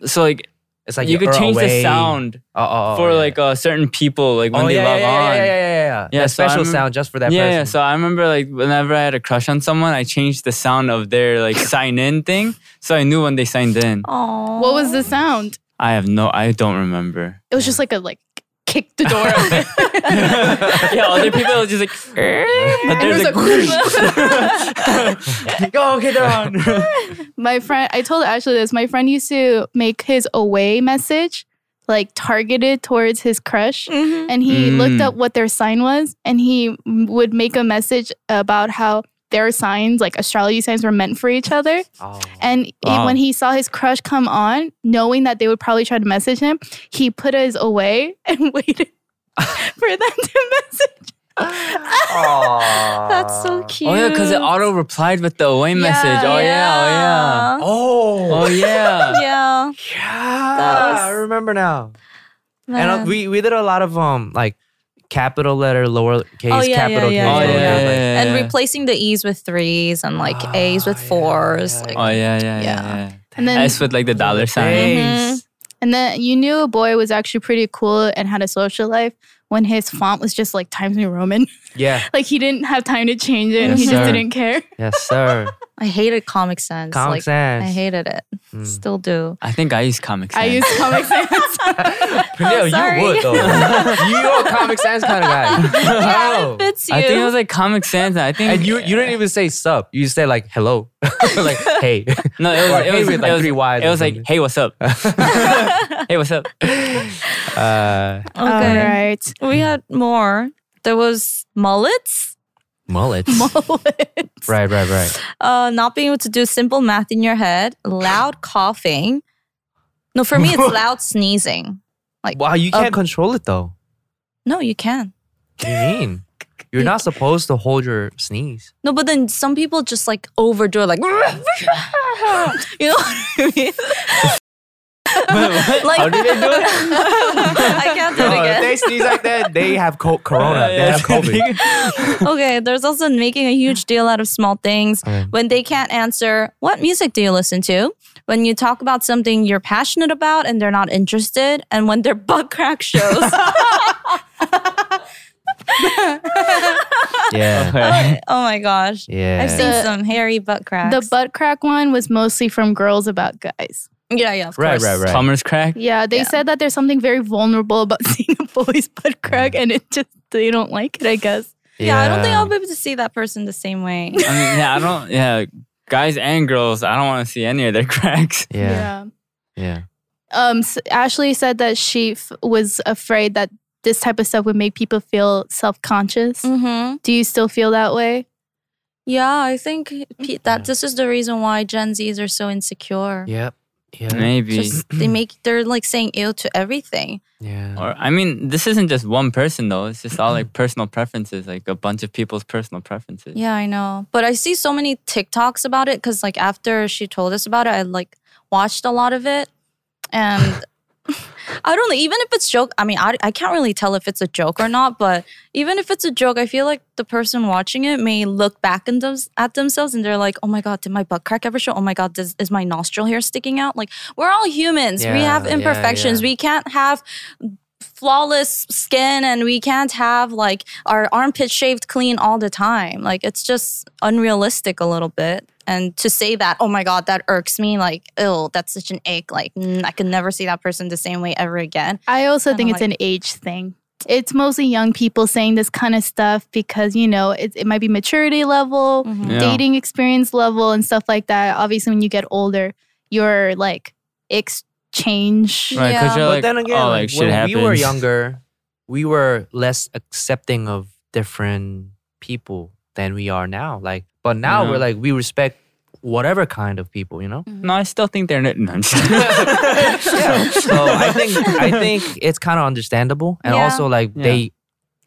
Speaker 2: so like,
Speaker 3: it's like
Speaker 2: you
Speaker 3: you're
Speaker 2: could change
Speaker 3: away.
Speaker 2: the sound
Speaker 3: Oh, oh, oh,
Speaker 2: for
Speaker 3: yeah.
Speaker 2: like uh, certain people, like when
Speaker 3: Oh,
Speaker 2: they
Speaker 3: yeah,
Speaker 2: log
Speaker 3: yeah,
Speaker 2: on.
Speaker 3: yeah, yeah, yeah, yeah, yeah. That
Speaker 2: I
Speaker 3: special
Speaker 2: remem-
Speaker 3: sound just for that
Speaker 2: yeah, Yeah,
Speaker 3: person.
Speaker 2: so I remember like whenever I had a crush on someone, I changed the sound of their
Speaker 3: [laughs]
Speaker 2: like sign in thing, so I knew when they signed in.
Speaker 1: Aww.
Speaker 4: What was the sound?
Speaker 2: I have no, I don't remember. [laughs]
Speaker 4: It was just like a like kick the door open. [laughs]
Speaker 2: yeah, other people are just like, but
Speaker 4: It
Speaker 2: there's
Speaker 4: was
Speaker 2: like,
Speaker 3: Go get down.
Speaker 4: my friend, I told Ashley this. My friend used to make his away message like targeted towards his crush, and he
Speaker 10: Mm.
Speaker 4: looked up what their sign was, and he m- would make a message about how their signs, like astrology signs, were meant for each other. And he-
Speaker 10: Wow.
Speaker 4: when he saw his crush come on, knowing that they would probably try to message him, he put his away [laughs] and waited for them to message.
Speaker 3: That's
Speaker 4: so
Speaker 2: oh yeah, because it auto replied with the away message. Oh yeah,
Speaker 3: oh yeah.
Speaker 2: Oh yeah.
Speaker 1: yeah.
Speaker 3: Yeah. I remember now. And uh,
Speaker 1: Man.
Speaker 3: we we did a lot of um like capital letter, lowercase,
Speaker 1: Oh yeah, yeah, yeah,
Speaker 3: capital case.
Speaker 1: yeah,
Speaker 3: lowercase,
Speaker 1: yeah.
Speaker 3: like-
Speaker 1: and replacing the e's with threes and like a's with fours. Like,
Speaker 2: Oh yeah, yeah, yeah. yeah.
Speaker 4: And then-
Speaker 2: S with like the dollar sign.
Speaker 4: Mhm.
Speaker 1: Mm-hmm.
Speaker 4: And then you knew a boy was actually pretty cool and had a social life when his font was just like Times New Roman. [laughs]
Speaker 3: Yeah.
Speaker 4: like he didn't have time to change it and
Speaker 3: Yes,
Speaker 4: he just
Speaker 3: sir.
Speaker 4: didn't care.
Speaker 3: Yes, [laughs] sir.
Speaker 1: I hated Comic Sans.
Speaker 2: Comic
Speaker 1: like,
Speaker 2: Sans.
Speaker 1: I hated it. Still do.
Speaker 2: I think I use Comic Sans.
Speaker 4: I used Comic Sans.
Speaker 3: Pernell,
Speaker 2: sorry.
Speaker 3: you would
Speaker 1: [laughs]
Speaker 3: though. You're a Comic Sans kind of guy. How?
Speaker 1: fits
Speaker 2: I think it was like Comic Sans. and I think
Speaker 3: and you you didn't even say sup. You say like hello, [laughs] like
Speaker 1: [laughs]
Speaker 3: hey.
Speaker 2: no, it
Speaker 3: Or
Speaker 2: was, it
Speaker 3: hey
Speaker 2: was,
Speaker 3: with, like,
Speaker 2: it was,
Speaker 3: three Ys
Speaker 2: It
Speaker 3: or
Speaker 2: was like,
Speaker 3: something.
Speaker 2: hey, what's up? hey, what's up?
Speaker 3: Uh,
Speaker 1: Okay.
Speaker 4: All right.
Speaker 1: We had more. There was
Speaker 4: [laughs]
Speaker 1: mullets.
Speaker 3: mullet.
Speaker 1: Mullet.
Speaker 3: Right, right, right.
Speaker 1: Uh, not being able to do simple math in your head. Loud coughing. No, for me,
Speaker 4: [laughs]
Speaker 1: it's loud sneezing. Like
Speaker 3: Wow, you can't control it though.
Speaker 1: No, you can.
Speaker 3: What do you mean? You're not supposed to hold your sneeze.
Speaker 1: No, but then some people just like overdo it, like [laughs] you know what I mean? [laughs] Like,
Speaker 3: How do they do it?
Speaker 1: I can't do it
Speaker 3: No,
Speaker 1: again.
Speaker 3: Oh, if they sneeze like that, they have co-
Speaker 1: [laughs]
Speaker 3: corona. They have COVID.
Speaker 1: okay, there's also making a huge deal out of small things. When they can't answer, what music do you listen to? When you talk about something you're passionate about and they're not interested, and when their [laughs] butt crack shows.
Speaker 8: [laughs]
Speaker 3: Yeah.
Speaker 2: [laughs]
Speaker 1: [laughs]
Speaker 2: Okay.
Speaker 1: oh my gosh.
Speaker 3: Yeah.
Speaker 1: I've seen some hairy butt cracks.
Speaker 4: The butt crack one was mostly from girls about guys.
Speaker 1: yeah, yeah, of
Speaker 2: Right,
Speaker 1: course.
Speaker 2: right, right. Plumber's crack.
Speaker 4: Yeah, they said that there's something very vulnerable about [laughs] seeing a boy's butt crack and it just they don't like it, I guess.
Speaker 1: Yeah, I don't think [laughs]
Speaker 2: Yeah.
Speaker 1: I'll be able to see that person the same way.
Speaker 2: I mean, yeah, I don't. Yeah, guys and girls, I don't want to see any of their [laughs] cracks.
Speaker 4: Yeah.
Speaker 3: Yeah.
Speaker 4: Um, s Ashley said that she f- was afraid that this type of stuff would make people feel self conscious.
Speaker 1: Mm-hmm.
Speaker 4: Do you still feel that way?
Speaker 1: Yeah, I think pe- that this is the reason why Gen Zs are so insecure.
Speaker 3: Yep. Yeah.
Speaker 2: Maybe.
Speaker 1: Just they make they're like saying ill to everything.
Speaker 2: Or I mean, this isn't just one person though. It's just all like
Speaker 3: Mm-hmm.
Speaker 2: personal preferences, like a bunch of people's personal preferences.
Speaker 1: Yeah, I know. But I see so many TikToks about it because like after she told us about it, I like watched a lot of it, and [laughs] I don't know. Even if it's joke, I mean, I I can't really tell if it's a joke or not. But even if it's a joke, I feel like the person watching it may look back in them, at themselves and they're like, "Oh my god, did my butt crack ever show? Oh my god, does, is my nostril hair sticking out?" Like we're all humans. we
Speaker 7: Yeah,
Speaker 1: have
Speaker 7: yeah,
Speaker 1: imperfections.
Speaker 7: yeah.
Speaker 1: We can't have flawless skin and we can't have like our armpit shaved clean all the time. Like it's just unrealistic a little bit. And to say that, oh my God, that irks me, like, ew, that's such an ache. Like, mm, I could never see that person the same way ever again.
Speaker 4: I also
Speaker 1: Kinda
Speaker 4: think it's
Speaker 1: like-
Speaker 4: an age thing. It's mostly young people saying this kind of stuff because, you know, it, it might be maturity level,
Speaker 2: Mm-hmm.
Speaker 10: Yeah.
Speaker 4: dating experience level, and stuff like that. Obviously, when you get older, your like exchange.
Speaker 2: Right, 'cause you're like, oh, like shit
Speaker 3: when
Speaker 2: happens.
Speaker 3: we were younger, we were less accepting of different people than we are now. Like, but now
Speaker 2: Yeah.
Speaker 3: we're like we respect whatever kind of people, you know.
Speaker 2: No, I still think they're knitting. I'm just- [laughs]
Speaker 3: [laughs] so I think I think it's kind of understandable, and
Speaker 2: Yeah.
Speaker 3: also like
Speaker 2: Yeah.
Speaker 3: they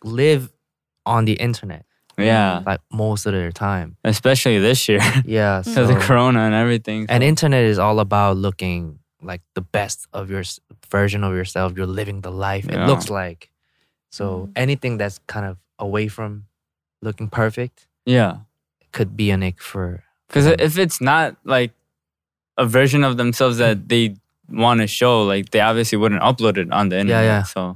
Speaker 3: live on the internet.
Speaker 2: Yeah.
Speaker 3: like most of their time,
Speaker 2: especially this year. [laughs]
Speaker 3: Yeah,
Speaker 2: because of
Speaker 3: so-
Speaker 2: Corona and everything.
Speaker 3: and internet is all about looking like the best of your s- version of yourself. You're living the life
Speaker 2: Yeah.
Speaker 3: it looks like. So anything that's kind of away from looking perfect
Speaker 2: yeah,
Speaker 3: could be an ick for.
Speaker 2: because if it's not like a version of themselves that they want to show, like they obviously wouldn't upload it on the internet.
Speaker 3: yeah.
Speaker 2: So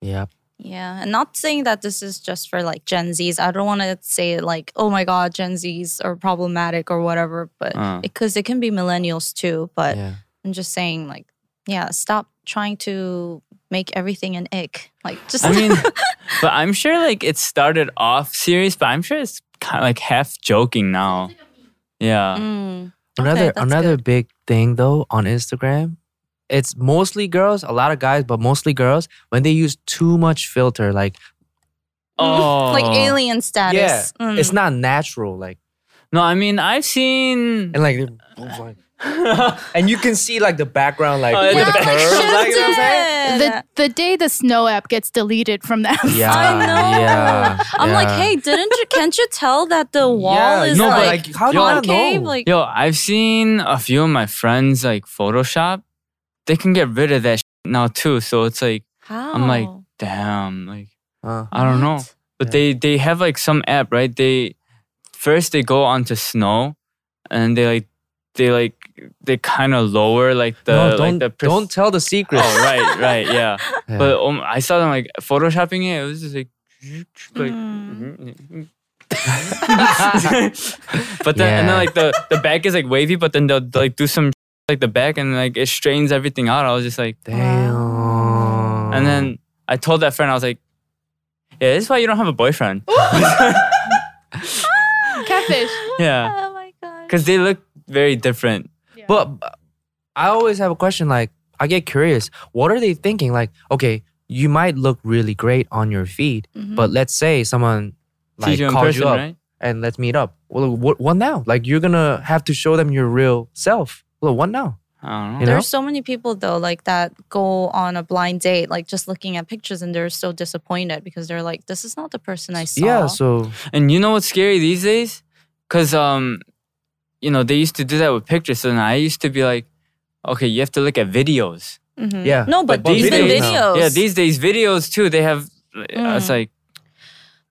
Speaker 3: yeah,
Speaker 1: Mm, Yeah. And not saying that this is just for like Gen Zs. I don't want to say like, oh my God, Gen Zs are problematic or whatever, but
Speaker 7: Uh.
Speaker 1: because it can be millennials too. But
Speaker 3: Yeah.
Speaker 1: I'm just saying, like, yeah, stop trying to make everything an ick. Like, [laughs] just
Speaker 2: I mean, but I'm sure like it started off serious, but I'm sure it's kind of like half joking now. Yeah.
Speaker 1: Mm-hmm. Mm.
Speaker 3: Another another big thing though on Instagram, it's mostly girls, a lot of guys, but mostly girls when they use too much filter, like
Speaker 2: Oh.
Speaker 1: like alien
Speaker 3: yeah,
Speaker 1: status. Mm.
Speaker 3: it's not natural, like
Speaker 2: No, I mean I've seen
Speaker 3: and like, and you can see like the background, like
Speaker 2: Oh,
Speaker 3: with
Speaker 2: yeah,
Speaker 3: the
Speaker 2: like,
Speaker 3: curves, like, you know what I'm saying?
Speaker 4: The, the day the snow app gets deleted from the [laughs] app.
Speaker 3: Yeah,
Speaker 4: Store.
Speaker 3: Ah, yeah,
Speaker 1: I'm like,
Speaker 3: yeah.
Speaker 1: hey, didn't you? Can't you tell that the wall is
Speaker 2: no, but
Speaker 1: like,
Speaker 2: like, how do you
Speaker 1: concave?
Speaker 3: know?
Speaker 1: Like,
Speaker 2: Yo, I've seen a few of my friends like Photoshop. They can get rid of that shit now too. So it's like I'm like,
Speaker 1: Oh.
Speaker 2: damn, like I don't know. But they they have like some app, right? They first they go onto snow, and they like they like they kind of lower like the
Speaker 3: No,
Speaker 2: like
Speaker 3: don't-
Speaker 2: the
Speaker 3: don't tell the secret.
Speaker 2: Oh right, right,
Speaker 3: [laughs]
Speaker 2: yeah. But um, I saw them like photoshopping it. It was just like. [laughs] like
Speaker 3: Mm.
Speaker 2: [laughs] but then and then
Speaker 3: Yeah.
Speaker 2: like the the back is like wavy, but then they'll like do some [laughs] like the back and like it strains everything out. I was just like,
Speaker 3: damn.
Speaker 2: And then I told that friend, I was like, yeah, this is why you don't have a boyfriend.
Speaker 4: Catfish.
Speaker 2: yeah. Oh my god. Because they look very different.
Speaker 3: But but I always have a question like, I get curious. What are they thinking? Like, okay, you might look really great on your feed,
Speaker 2: Mhm.
Speaker 3: but let's say someone
Speaker 2: Sees
Speaker 3: like
Speaker 2: you in
Speaker 3: calls
Speaker 2: person,
Speaker 3: you up
Speaker 2: right?
Speaker 3: and let's meet up. Well, what, what now? Like, you're gonna have to show them your real self. Well, what now?
Speaker 2: I don't
Speaker 3: You know?
Speaker 1: There's so many people though, like that go on a blind date, like just looking at pictures, and they're so disappointed because they're like, "This is not the person I saw."
Speaker 3: so
Speaker 2: and you know what's scary these days? Cause um, you know, they used to do that with pictures. So then I used to be like, okay, you have to look at videos.
Speaker 1: Mhm. No, but, even
Speaker 2: days,
Speaker 1: videos.
Speaker 2: Yeah, these days videos too, they have it's
Speaker 1: Mm.
Speaker 2: like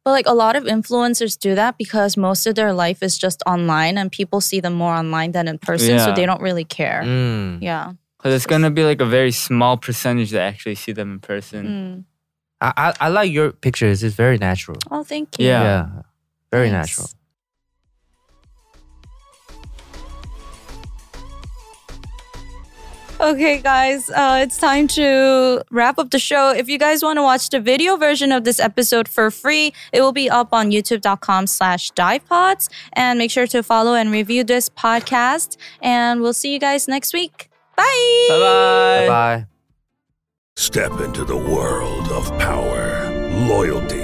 Speaker 1: But like a lot of influencers do that because most of their life is just online, and people see them more online than in person, so
Speaker 2: Yeah.
Speaker 1: they don't really care.
Speaker 2: Mm.
Speaker 1: Yeah.
Speaker 2: Cause it's gonna be like a very small percentage that actually see them in person.
Speaker 1: Mm.
Speaker 3: I, I, I like your pictures. It's very natural.
Speaker 1: Oh, thank you.
Speaker 2: Yeah.
Speaker 3: Very
Speaker 2: Thanks.
Speaker 3: natural.
Speaker 1: Okay, guys, uh, it's time to wrap up the show. If you guys want to watch the video version of this episode for free, it will be up on youtube.com slash divepods. And make sure to follow and review this podcast. And we'll see you guys next week. Bye.
Speaker 3: Bye bye.
Speaker 10: Step into the world of power, loyalty,